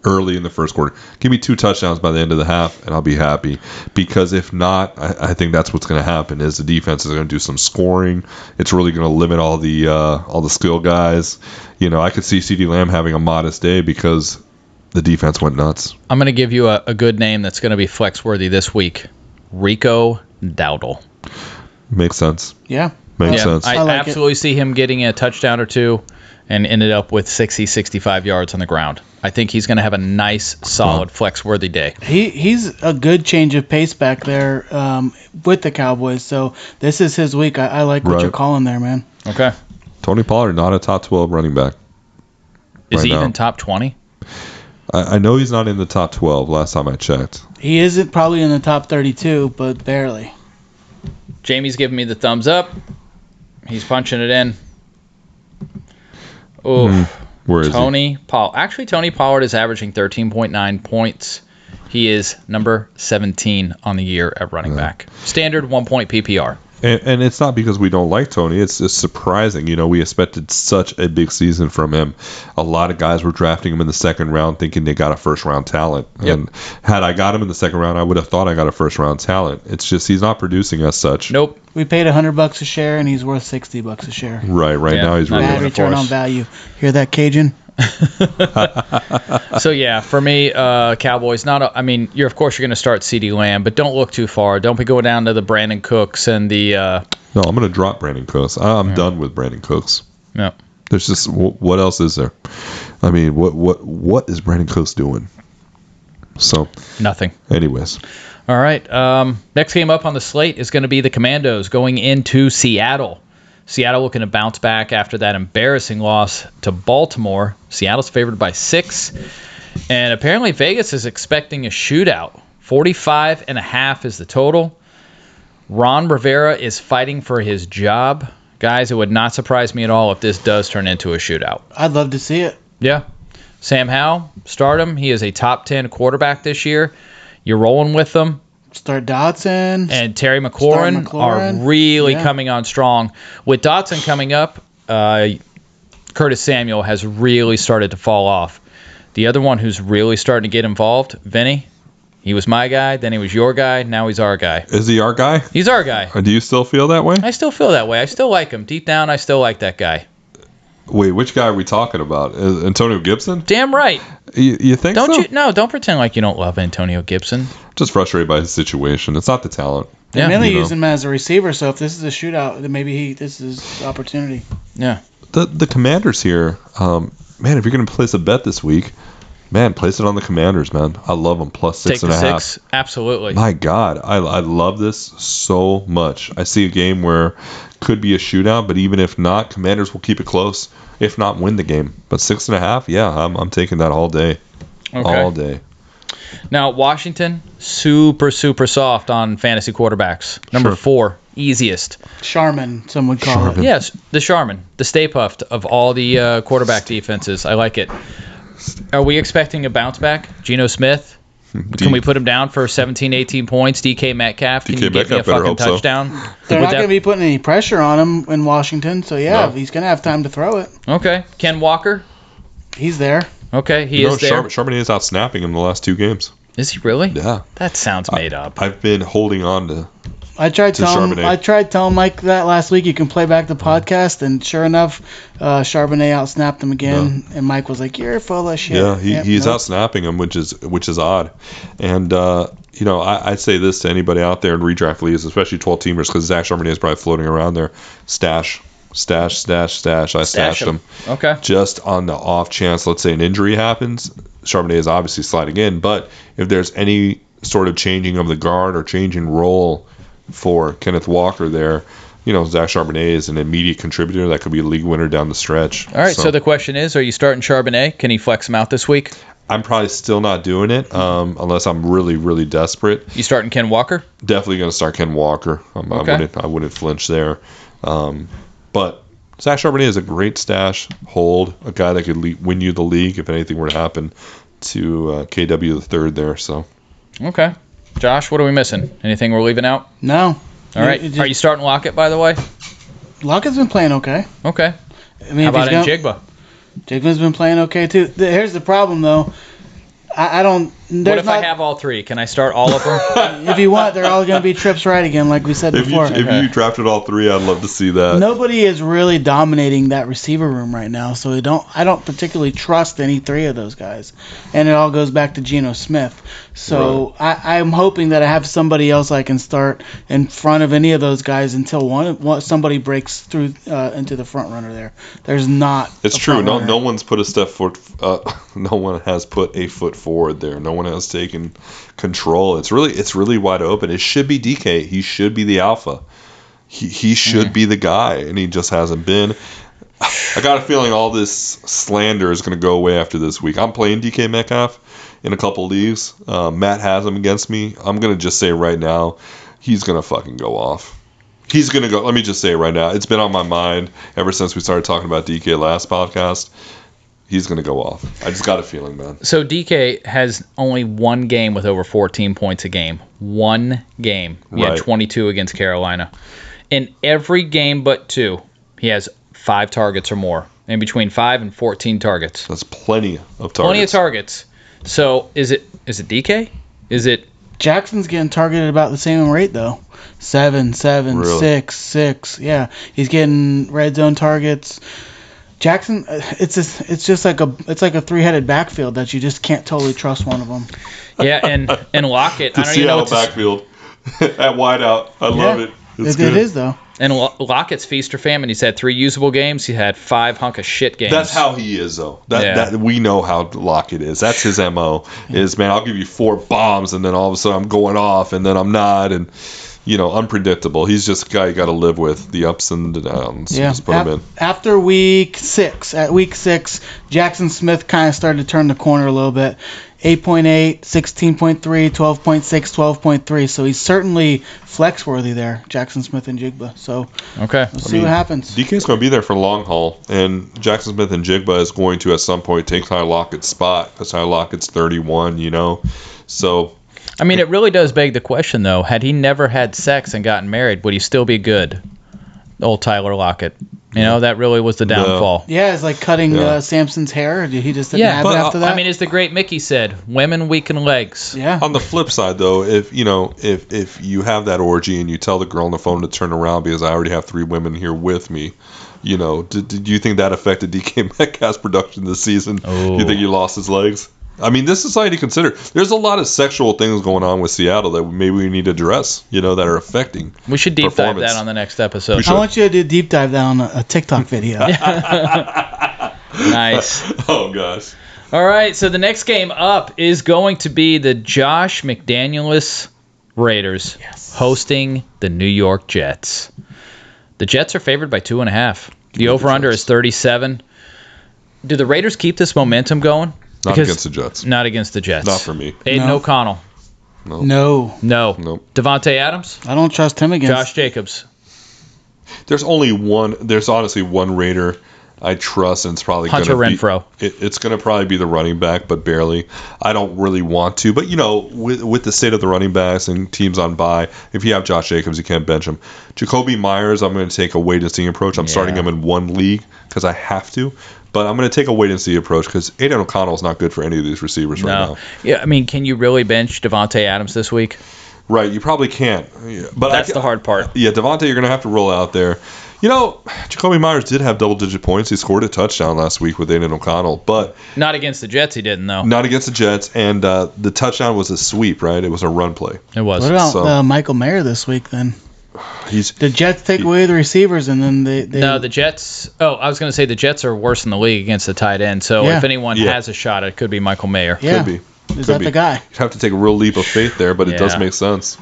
E: early in the first quarter. Give me two touchdowns by the end of the half and I'll be happy because if not, I, I think that's what's going to happen is the defense is going to do some scoring. It's really going to limit all the uh, all the skill guys. You know, I could see CD Lamb having a modest day because the defense went nuts.
C: I'm going to give you a, a good name that's going to be flex worthy this week. Rico Dowdle.
E: Makes sense.
D: Yeah.
E: Makes
C: Yeah,
E: sense.
C: I,
D: I like it.
C: absolutely see him getting a touchdown or two and ended up with 60, 65 yards on the ground. I think he's going to have a nice, solid, flex worthy day.
D: He he's a good change of pace back there um, with the Cowboys. So this is his week. I, I like what
E: Right.
D: you're calling there, man.
C: Okay.
E: Tony Pollard not a top twelve running back.
C: Is
E: Right
C: he
E: now.
C: even top twenty?
E: I, I know he's not in the top twelve. Last time I checked.
D: He isn't probably in the top 32, but barely.
C: Jamie's giving me the thumbs up. He's punching it in. Oof.
E: Hmm, Where is he?
C: Tony Pollard. Actually, Tony Pollard is averaging 13.9 points. He is number 17 on the year at running
E: Hmm.
C: back. Standard one point PPR.
E: And, and it's not because we don't like Tony. It's just surprising. You know, we expected such a big season from him. A lot of guys were drafting him in the second round thinking they got a first round talent. And had I got him in the second round, I would have thought I got a first round talent. It's just he's not producing as such.
C: Nope.
D: We paid 100 bucks a share, and he's worth 60 bucks a share.
E: Right, right
C: Yeah,
E: now he's
C: not
E: really
D: Bad
C: doing it for
D: return on
C: us.
D: value. Hear that, Cajun?
C: So yeah, for me, uh, Cowboys. Not. A, I mean, you're of course you're going to start C.D. Lamb, but don't look too far. Don't be going down to the Brandon Cooks and the. Uh,
E: No, I'm going to drop Brandon Cooks. I, I'm done with Brandon Cooks.
C: no.
E: There's just wh- what else is there? I mean, what what what is Brandon Cooks doing? So,
C: Nothing.
E: anyways,
C: All right. Um, next game up on the slate is going to be the Commandos going into Seattle. Seattle looking to bounce back after that embarrassing loss to Baltimore. Seattle's favored by six. And apparently, Vegas is expecting a shootout. 45 and a half is the total. Ron Rivera is fighting for his job. Guys, it would not surprise me at all if this does turn into a shootout.
D: I'd love to see it.
C: Yeah. Sam Howell, start him. He is a top 10 quarterback this year. You're rolling with him
D: Start Dotson.
C: and Terry McLaurin,
D: McLaurin,
C: are really
D: yeah.
C: coming on strong. With Dotson coming up, uh, Curtis Samuel has really started to fall off. The other one who's really starting to get involved, Vinny. He was my guy, then he was your guy, now he's our guy.
E: is he our guy? Uh,
C: He's our guy.
E: Do you still feel that way?
C: I still feel that way. I still like him. Deep down, I still like that guy.
E: Wait, which guy are we talking about? Is Antonio Gibson?
C: Damn right.
E: You, you think
C: Don't
E: so?
C: you? No, don't pretend like you don't love Antonio Gibson.
E: Just frustrated by his situation. It's not the talent.
D: They're
C: Yeah.
D: mainly
E: You know.
D: using him as a receiver, so if this is a shootout, then maybe he this is opportunity.
C: Yeah.
E: The the Commanders here, um, man. If you're gonna place a bet this week, man, place it on the Commanders, man. I love them plus six
C: Take
E: and
C: the
E: a half.
C: six. Absolutely.
E: My God, I, I love this so much. I see a game where could be a shootout, but even if not, Commanders will keep it close. If not, win the game. But six and a half, yeah, I'm, I'm taking that all day,
C: Okay.
E: all day.
C: Now Washington, super super soft on fantasy quarterbacks. Number
E: Sure.
C: four, easiest.
D: Charmin, some would call
E: Charmin.
D: it.
C: Yes, the Charmin, the Stay Puffed of all the uh, quarterback defenses. I like it. Are we expecting a bounce back? Geno Smith? Can we put him down for 17, 18 points? DK Metcalf? Can
E: DK
C: you give
E: Metcalf
C: me a
E: better
C: fucking
E: hope so.
C: touchdown?
D: They're
C: Would
D: not
C: that-
D: going to be putting any pressure on him in Washington, so yeah,
E: No.
D: he's going to have time to throw it.
C: Okay. Ken Walker?
D: He's there.
C: Okay, he
E: no,
C: is there.
E: Char- Charbonnet is out snapping him the last two games.
C: Is he really?
E: Yeah,
C: That sounds made up.
E: I've been holding on to
D: I tried
E: To
D: telling
E: Charbonnet. Uh-huh.
D: I tried telling Mike that last week. You can play back the podcast, and sure enough, uh, Charbonnet outsnapped him again. And Mike was like, "You're full of shit."
E: Yeah, he,
D: Yep,
E: he's
D: nope.
E: out snapping him, which is which is odd. And uh, you know, I, I say this to anybody out there in redraft leagues, especially twelve teamers, because Zach Charbonnet is probably floating around there. Stash, stash, stash, stash. I stashed him.
C: Okay.
E: just on the off chance, let's say an injury happens. Charbonnet is obviously sliding in, but if there's any sort of changing of the guard or changing role for Kenneth Walker there. You know, Zach Charbonnet is an immediate contributor that could be a league winner down the stretch.
C: All right, so the question is, are you starting Charbonnet? Can he flex him out this week?
E: I'm probably still not doing it um, unless I'm really, really desperate.
C: You starting Ken Walker?
E: Definitely going to start Ken Walker. Um,
C: Okay.
E: I wouldn't, I wouldn't flinch there. Um, but Zach Charbonnet is a great stash hold, a guy that could le- win you the league if anything were to happen to uh, KW the third there. So
C: Okay. Josh, what are we missing? Anything we're leaving out?
D: no.
C: All right.
D: It- it-
C: Are you starting Lockett, by the way?
D: Lockett's been playing okay.
C: Okay. How
D: I mean, if he's
C: about
D: gonna-
C: Njigba?
D: Jacobin's been playing okay too. The- here's the problem though. I, I don't.
C: What
D: There's
C: if
D: not,
C: I have all three? Can I start all of them?
D: if you want, they're all going to be trips right again, like we said
E: if you,
D: before.
E: if you drafted all three, I'd love to see that.
D: Nobody is really dominating that receiver room right now, so I don't. I don't particularly trust any three of those guys, and it all goes back to Geno Smith. So I, I'm hoping that I have somebody else I can start in front of any of those guys until one, of- one somebody breaks through uh, into the front runner. There, there's not.
E: It's
D: a
E: true.
D: front
E: No,
D: runner.
E: no one's put a step foot. Uh, no one has put a foot forward there. No one has taken control. It's really, it's really wide open. It should be DK. He should be the alpha. He, he should be the guy, and he just hasn't been. I got a feeling all this slander is going to go away after this week. I'm playing DK Metcalf in a couple leagues. Uh, Matt has him against me. I'm going to just say right now, he's going to fucking go off. He's going to go. Let me just say it right now. It's been on my mind ever since we started talking about DK last podcast. He's going to go off. I just got a feeling, man.
C: So DK has only one game with over 14 points a game. One game. He had
E: Right.
C: 22 against Carolina. In every game but two, he has five targets or more. In between five and 14 targets.
E: That's plenty of targets.
C: Plenty of targets. So is it is it DK? Is it
D: Jackson's getting targeted about the same rate though. Seven, seven,
E: Really?
D: six, six. Yeah, he's getting red zone targets. Jackson, uh, it's just, it's just like a it's like a three headed backfield that you just can't totally trust one of them.
C: yeah, and and Lockett. I
E: The
C: don't even know
E: Seattle
C: what to s-
E: backfield at wideout. I love it. It's
D: It- it
E: good.
D: is though.
C: and Lo- Lockett's feast or famine. He's had three usable games. He had five hunk of shit games.
E: That's how he is, though. That,
C: Yeah.
E: that we know how Lockett is. That's his mo. Is man, I'll give you four bombs, and then all of a sudden I'm going off, and then I'm not, and you know, unpredictable. He's just a guy you got to live with the ups and the downs.
D: Yeah.
E: Just put
D: Ap-
E: him in.
D: After week six, at week six, Jackson Smith kind of started to turn the corner a little bit. 8.8, 16.3, 12.6, 12.3. So he's certainly flex worthy there, Jackson Smith and Jigba. So
C: okay.
D: we'll see what happens.
E: DK's going to be there for the long haul, and Jackson Smith and Jigba is going to at some point take Ty Lockett's spot because Ty Lockett's 31, you know. So
C: I mean, it really does beg the question, though. Had he never had sex and gotten married, would he still be good? Old Tyler Lockett. You know, that really was the downfall.
D: Yeah, it's like cutting
E: Yeah.
D: uh, Samson's hair. He just didn't
C: Yeah,
D: have
C: but uh,
D: it after that.
C: I mean, as the great Mickey said, women weaken legs.
D: yeah.
E: on the flip side, though, if you know, if if you have that orgy and you tell the girl on the phone to turn around because I already have three women here with me, you know, did, did you think that affected DK Metcalf's production this season? You think he lost his legs? I mean, this is something to consider. There's a lot of sexual things going on with Seattle that maybe we need to address, you know, that are affecting.
C: We should deep dive
E: Performance.
C: that on the next episode.
E: We
D: I
E: should.
D: want you to do a deep dive down a, a TikTok video.
C: Nice.
E: Oh gosh.
C: All right, so the next game up is going to be the Josh McDanielus Raiders hosting the New York Jets. The Jets are favored by two and a half. The over under is 37. Do the Raiders keep this momentum going?
E: Not
C: Because-
E: against the Jets.
C: Not against the Jets.
E: Not for me.
C: Aiden
D: No.
C: O'Connell.
D: No,
C: No.
E: Nope.
C: Devontae Adams.
D: I don't trust him against.
C: Josh Jacobs.
E: There's only one. There's honestly one Raider I trust, and it's probably
C: Hunter
E: gonna be-
C: Renfrow.
E: it, it's going to probably be the running back, but barely. I don't really want to, but you know, with, with the state of the running backs and teams on bye, if you have Josh Jacobs, you can't bench him. Jacoby Myers, I'm going to take a wait and see approach. I'm starting him in one league because I have to, but I'm going to take a wait and see approach because Aiden O'Connell is not good for any of these receivers right
C: No.
E: now.
C: Yeah, I mean, can you really bench Devontae Adams this week?
E: Right, you probably can't. Yeah, But
C: That's
E: I,
C: the hard part.
E: Yeah, Devontae, you're going to have to roll out there. You know, Jacoby Myers did have double digit points. He scored a touchdown last week with Aiden O'Connell, but
C: Not against the Jets, he didn't, though.
E: not against the Jets. And uh, the touchdown was a sweep, right? It was a run play.
C: It was.
D: What about
E: So-
D: uh, Michael Mayer this week then?
E: He's
D: The Jets take away the receivers and then they, they
C: No, the Jets. Oh, I was going to say the Jets are worse in the league against the tight end. So
D: Yeah.
C: if anyone
E: Yeah.
C: has a shot, it could be Michael Mayer.
D: yeah.
E: could be.
D: Is
E: Could
D: that
E: be.
D: the guy?
E: You'd have to take a real leap of faith there, but it does
C: Yeah.
E: make sense.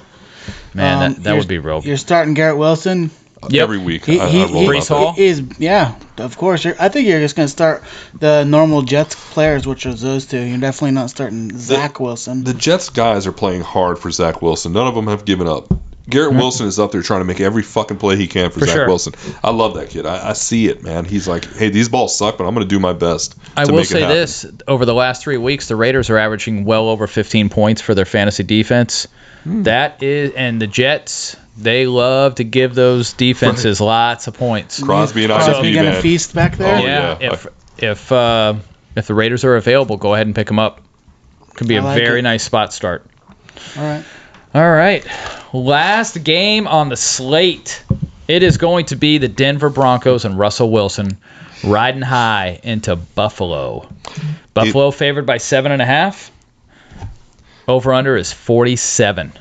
C: Man,
D: Um,
C: that, that
D: you're-
C: would be real.
D: You're starting Garrett Wilson.
C: Yep.
E: Every week,
D: He,
E: I,
D: he,
E: I roll
D: he,
E: him
C: Brees
E: out
C: Hall?
E: there.
D: he is yeah, of course. You're, I think you're just gonna start the normal Jets players, which is those two. You're definitely not starting Zach Wilson.
E: The Jets guys are playing hard for Zach Wilson. None of them have given up. Garrett
D: Mm-hmm.
E: Wilson is up there trying to make every fucking play he can for,
C: For
E: Zach
C: sure.
E: Wilson. I love that kid. I, I see it, man. He's like, hey, these balls suck, but I'm going to do my best.
C: I
E: to
C: will
E: make it
C: say
E: happen."
C: this: over the last three weeks, the Raiders are averaging well over 15 points for their fantasy defense. That is, and the Jets they love to give those defenses lots of points.
E: Crosby and
D: Crosby
E: ISP,
D: gonna
E: man.
D: feast back there.
E: Oh,
C: yeah,
E: yeah.
C: if if uh, if the Raiders are available, go ahead and pick them up. Could be
D: I
C: a
D: like
C: very
D: it.
C: nice spot start.
D: All right.
C: All right. Last game on the slate. It is going to be the Denver Broncos and Russell Wilson riding high into Buffalo. Buffalo favored by seven and a half. Over under is 47.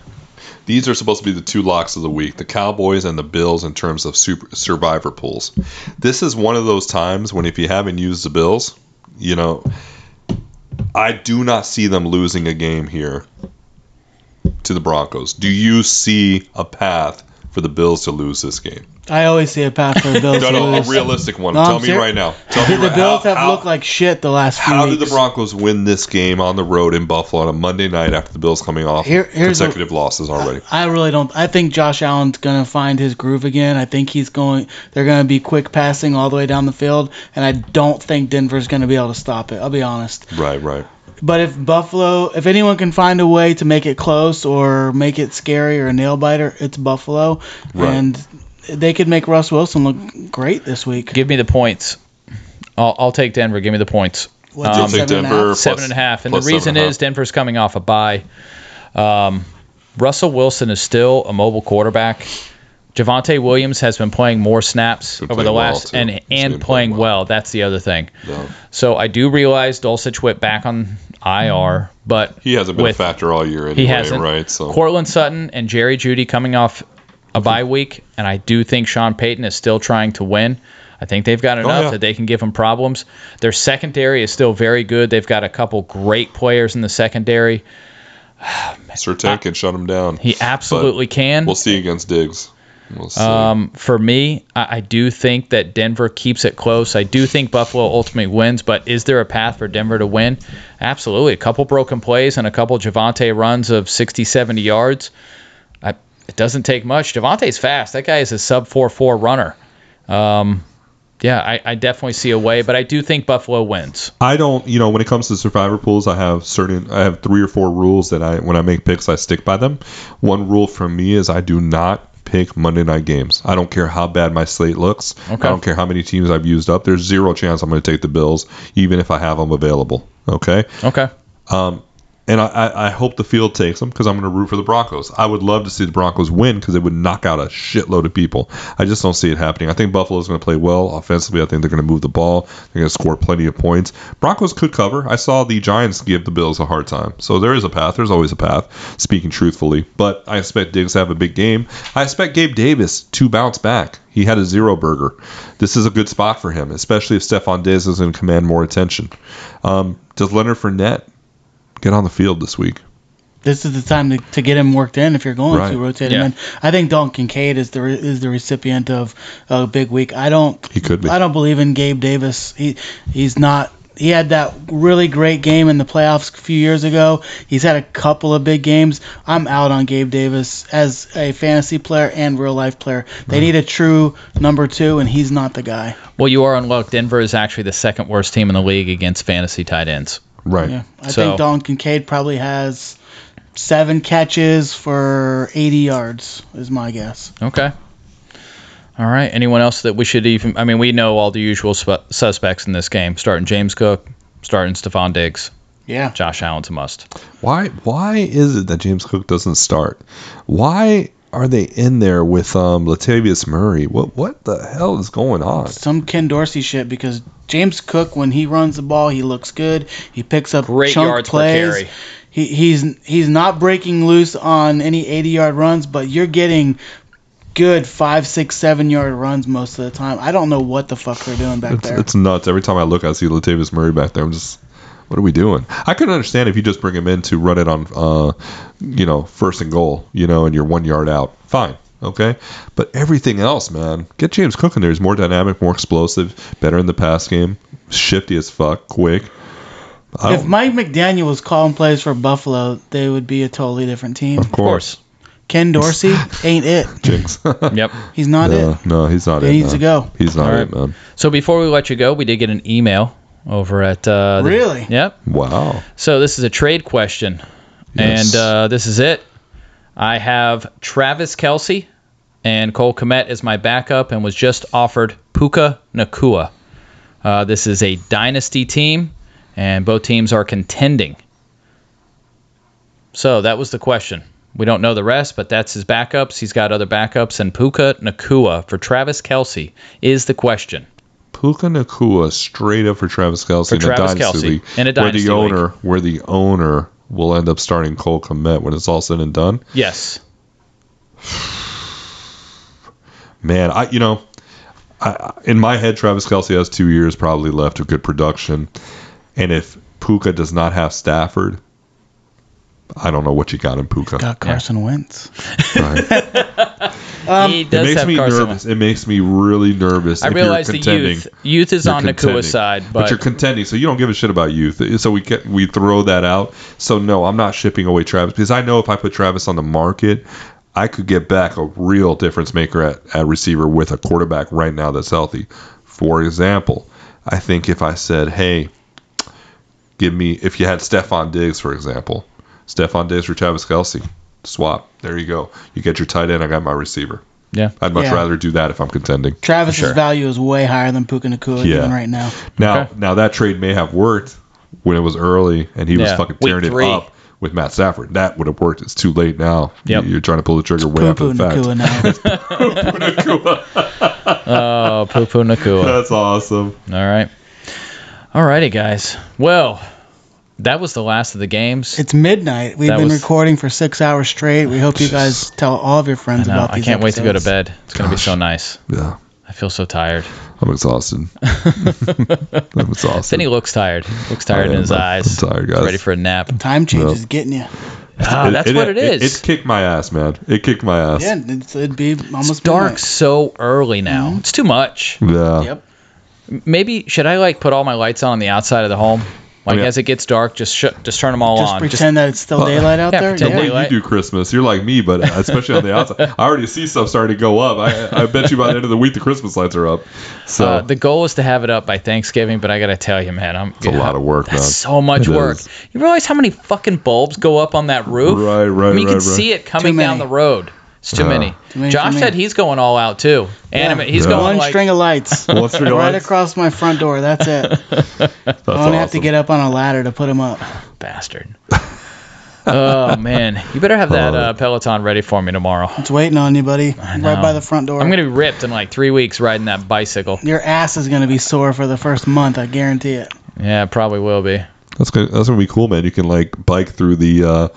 E: These are supposed to be the two locks of the week the Cowboys and the Bills in terms of super, survivor pools. This is one of those times when if you haven't used the Bills, you know, I do not see them losing a game here to the Broncos. Do you see a path for the Bills to lose this game?
D: I always see a path for the Bills. to
E: No, no, a
D: lose.
E: realistic one.
D: No,
E: Tell
D: I'm
E: me
D: ser-
E: right now. Tell
D: Did
E: me
D: the
E: right-
D: Bills
E: how-
D: have looked
E: how-
D: like shit the last few
E: How
D: weeks?
E: did the Broncos win this game on the road in Buffalo on a Monday night after the Bills coming off
D: Here- here's a-
E: consecutive losses already?
D: I really don't. I think Josh Allen's gonna find his groove again. I think he's going. They're gonna be quick passing all the way down the field, and I don't think Denver's gonna be able to stop it. I'll be honest.
E: Right, right.
D: But if Buffalo, if anyone can find a way to make it close or make it scary or a nail biter, it's Buffalo,
E: Right.
D: and they could make Russ Wilson look great this week.
C: Give me the points. I'll, I'll take Denver. Give me the points.
D: What's
C: You'll
D: it,
C: take
D: seven and a
E: Denver.
D: half?
C: seven
E: Plus-
C: and a half. And
E: plus
C: the reason
E: seven and a
C: is
E: half.
C: Denver's coming off a bye. Um, Russell Wilson is still a mobile quarterback. Javante Williams has been playing more snaps
E: Been
C: over the
E: playing well,
C: last
E: too.
C: and
E: He's
C: and
E: been playing
C: playing well.
E: well.
C: That's the other thing.
E: No.
C: So I do realize Dulcich went back on IR, but
E: He hasn't been
C: With-
E: a factor all year anyway,
C: he hasn't.
E: right? So
C: Cortland Sutton and Jerry Judy coming off a bye week, and I do think Sean Payton is still trying to win. I think they've got enough
E: Oh, yeah.
C: that they can give him problems. Their secondary is still very good. They've got a couple great players in the secondary.
E: Sertan can shut him down.
C: He absolutely can.
E: We'll see against Diggs. We'll see.
C: Um, for me, I, I do think that Denver keeps it close. I do think Buffalo ultimately wins, but is there a path for Denver to win? Absolutely. A couple broken plays and a couple Javante runs of 60, 70 yards. I, it doesn't take much. Javante's fast. That guy is a sub 4 4 runner. Um, yeah, I, I definitely see a way, but I do think Buffalo wins.
E: I don't, you know, when it comes to survivor pools, I have certain, I have three or four rules that I, when I make picks, I stick by them. One rule from me is I do not pick Monday night games. I don't care how bad my slate looks.
C: Okay.
E: I don't care how many teams I've used up. There's zero chance I'm going to take the Bills, even if I have them available. Okay.
C: Okay.
E: Um, And I, I, I hope the field takes them because I'm going to root for the Broncos. I would love to see the Broncos win because it would knock out a shitload of people. I just don't see it happening. I think Buffalo's going to play well offensively. I think they're going to move the ball. They're going to score plenty of points. Broncos could cover. I saw the Giants give the Bills a hard time. So there is a path. There's always a path, speaking truthfully. But I expect Diggs to have a big game. I expect Gabe Davis to bounce back. He had a zero burger. This is a good spot for him, especially if Stephon Diggs is going to command more attention. Um, does Leonard Fournette get on the field this week.
D: This is the time to, to get him worked in if you're going
E: Right.
D: to rotate
C: Yeah.
D: him in. I think Dalton Kincaid is the re, is the recipient of a big week. I don't
E: He could be.
D: I don't believe in Gabe Davis. He he's not. He had that really great game in the playoffs a few years ago. He's had a couple of big games. I'm out on Gabe Davis as a fantasy player and real life player. They need a true number two, and he's not the guy.
C: Well, you are on luck. Denver is actually the second worst team in the league against fantasy tight ends.
E: Right.
D: Yeah, I
C: So-
D: think Dalton Kincaid probably has seven catches for 80 yards is my guess.
C: Okay. All right. Anyone else that we should even? I mean, we know all the usual sp- suspects in this game. Starting James Cook, starting Stephon Diggs,
D: Yeah.
C: Josh Allen's a must.
E: Why why is it that James Cook doesn't start? Why are they in there with um Latavius Murray? What what the hell is going on?
D: Some Ken Dorsey shit because James Cook, when he runs the ball, he looks good. He picks up
C: Great
D: chunk
C: yards per
D: plays.
C: carry.
D: He, he's he's not breaking loose on any 80 yard runs, but you're getting good five, six, seven yard runs most of the time. I don't know what the fuck they're doing back
E: It's,
D: there.
E: it's nuts. Every time I look, I see Latavius Murray back there. I'm just, what are we doing? I couldn't understand if you just bring him in to run it on, uh, you know, first and goal, you know, and you're one yard out. Fine. Okay. But everything else, man, get James Cook in there. He's more dynamic, more explosive, better in the pass game, shifty as fuck, quick. I
D: If
E: don't,
D: Mike McDaniel was calling plays for Buffalo, they would be a totally different team.
E: of course.
D: Ken Dorsey ain't it.
E: Jinx.
C: Yep.
D: He's not
E: no,
D: it.
E: no, he's not
D: He
E: it.
D: needs
E: man.
D: to go.
E: He's not
C: All
E: it, man.
C: So before we let you go, we did get an email over at. Uh, the-
D: Really?
C: yep.
E: Wow.
C: So this is a trade question,
E: Yes.
C: and uh, this is it. I have Travis Kelsey and Cole Komet as my backup, and was just offered Puka Nakua. Uh, this is a dynasty team, and both teams are contending. So that was the question. We don't know the rest, but that's his backups. He's got other backups, and Puka Nakua for Travis Kelsey is the question.
E: Puka Nakua straight up for Travis Kelsey
C: For Travis
E: in a dynasty
C: Kelce
E: league,
C: in a dynasty
E: where the
C: league.
E: owner where the owner will end up starting Cole Komet when it's all said and done.
C: Yes.
E: Man, I you know, I, in my head, Travis Kelsey has two years probably left of good production, and if Puka does not have Stafford, I don't know what you got in Puka.
D: Got Carson Wentz.
E: Right.
C: he
E: It
C: does
E: makes
C: have
E: me
C: carcinoma.
E: nervous. It makes me really nervous.
C: I
E: if
C: realize
E: you're
C: the
E: contending.
C: youth youth is
E: You're
C: on
E: contending.
C: Nakua's side, but,
E: you're contending, so you don't give a shit about youth. So we get, we throw that out. So no, I'm not shipping away Travis because I know if I put Travis on the market, I could get back a real difference maker at, at receiver with a quarterback right now that's healthy. For example, I think if I said, hey, give me if you had Stephon Diggs, for example, Stephon Diggs for Travis Kelsey, swap. There you go. You get your tight end. I got my receiver.
C: yeah.
E: I'd much
D: Yeah.
E: rather do that if I'm contending.
D: Travis's
C: Sure.
D: value is way higher than Puka Nakua
E: Yeah.
D: even right now.
E: Now,
C: Okay.
E: now that trade may have worked when it was early and he was
C: Yeah,
E: fucking
C: week
E: tearing it
C: three.
E: up with Matt Stafford. That would have worked. It's too late now.
C: Yep.
E: You- You're trying to pull the trigger way
D: Poo
E: after
D: Poo
E: the fact.
D: Nakua now.
C: Oh, poo poo Nakua.
E: That's awesome.
C: All right. All righty, guys. Well, that was the last of the games.
D: it's midnight. We've
C: That
D: been
C: was-
D: recording for six hours straight. We hope you guys tell all of your friends
C: No,
D: about
C: I
D: these.
C: can't wait to go to
D: episodes.
C: bed. It's going to be so nice.
E: Yeah.
C: I feel so tired.
E: I'm exhausted. I'm exhausted.
C: Then he looks tired. Looks tired
E: I
C: in
E: am.
C: his
E: I'm-
C: eyes.
E: I'm tired,
C: He's
E: guys.
C: ready for a nap.
D: Time change is getting you.
C: Ah, that's what it is.
E: It, kicked my ass, man. It kicked my ass.
D: Yeah, it's, it'd be Mm-hmm. almost
C: it's dark
D: midnight.
C: so early now. It's too much.
E: Yeah.
D: Yep.
C: Maybe should I like put all my lights on on the outside of the home? Like
E: Oh, Yeah.
C: as it gets dark, just sh- just turn them all
D: Just
C: on.
D: pretend that it's still daylight out
C: yeah,
D: there.
C: pretend
E: The way
C: daylight.
E: you do Christmas, you're like me, but especially on the outside, I already see stuff starting to go up. I, I bet you by the end of the week the Christmas lights are up. So
C: Uh, the goal is to have it up by Thanksgiving, but I gotta tell you, man, I'm
E: It's a lot of work,
C: That's
E: man.
C: so much
E: It
C: work.
E: is.
C: You realize how many fucking bulbs go up on that roof?
E: Right, right,
C: I mean, you can
E: right, right.
C: see it coming
D: Too
C: down
D: many.
C: the road. It's too
E: Yeah.
C: many.
D: Too many,
C: Josh
D: too
C: said
D: many.
C: he's going all out too. Anime. He's
E: Yeah.
C: going
D: One
C: like
D: string of lights.
E: One string of
D: right
E: lights?
D: across my front door. That's it. I
E: that's
D: only have to
E: awesome.
D: get up on a ladder to put them up.
C: bastard. oh man, you better have that
E: Oh.
C: uh, Peloton ready for me tomorrow.
D: It's waiting on you, buddy. Right by the front door.
C: I'm gonna be ripped in like three weeks riding that bicycle.
D: Your ass is gonna be sore for the first month. I guarantee it.
C: Yeah, probably will be.
E: That's gonna that's gonna be cool, man. You can like bike through the uh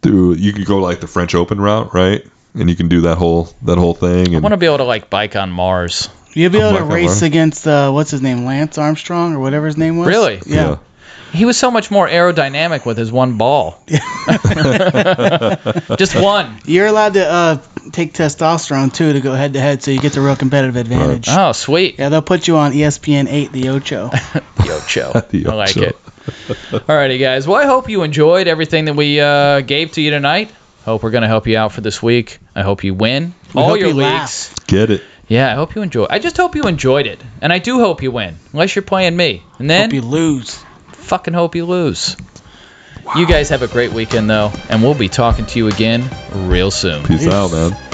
E: through you can go like the French Open route, right? And you can do that whole that whole thing.
C: I
E: And
C: want to be able to like bike on Mars.
D: You'll be
E: Oh
D: able
E: my
D: to
E: God,
D: race
E: Ron.
D: against uh, what's his name, Lance Armstrong or whatever his name was.
C: Really?
D: Yeah.
C: He was so much more aerodynamic with his one ball. Just one.
D: You're allowed to uh, take testosterone too to go head to head, so you get the real competitive advantage.
C: Oh, sweet.
D: Yeah, they'll put you on E ESPN eight, the Ocho.
C: Ocho.
E: The
C: I like
E: Ocho.
C: it. Alrighty, guys. Well, I hope you enjoyed everything that we uh, gave to you tonight. Hope we're going to help you out for this week. I hope you win all
D: hope
C: your
D: you
C: leagues.
E: get it.
C: Yeah, I hope you enjoy. I just hope you enjoyed it, and I do hope you win, unless you're playing me, and then
D: Hope you lose.
C: fucking hope you lose. You guys have a great weekend though, and we'll be talking to you again real soon.
E: Peace out, man.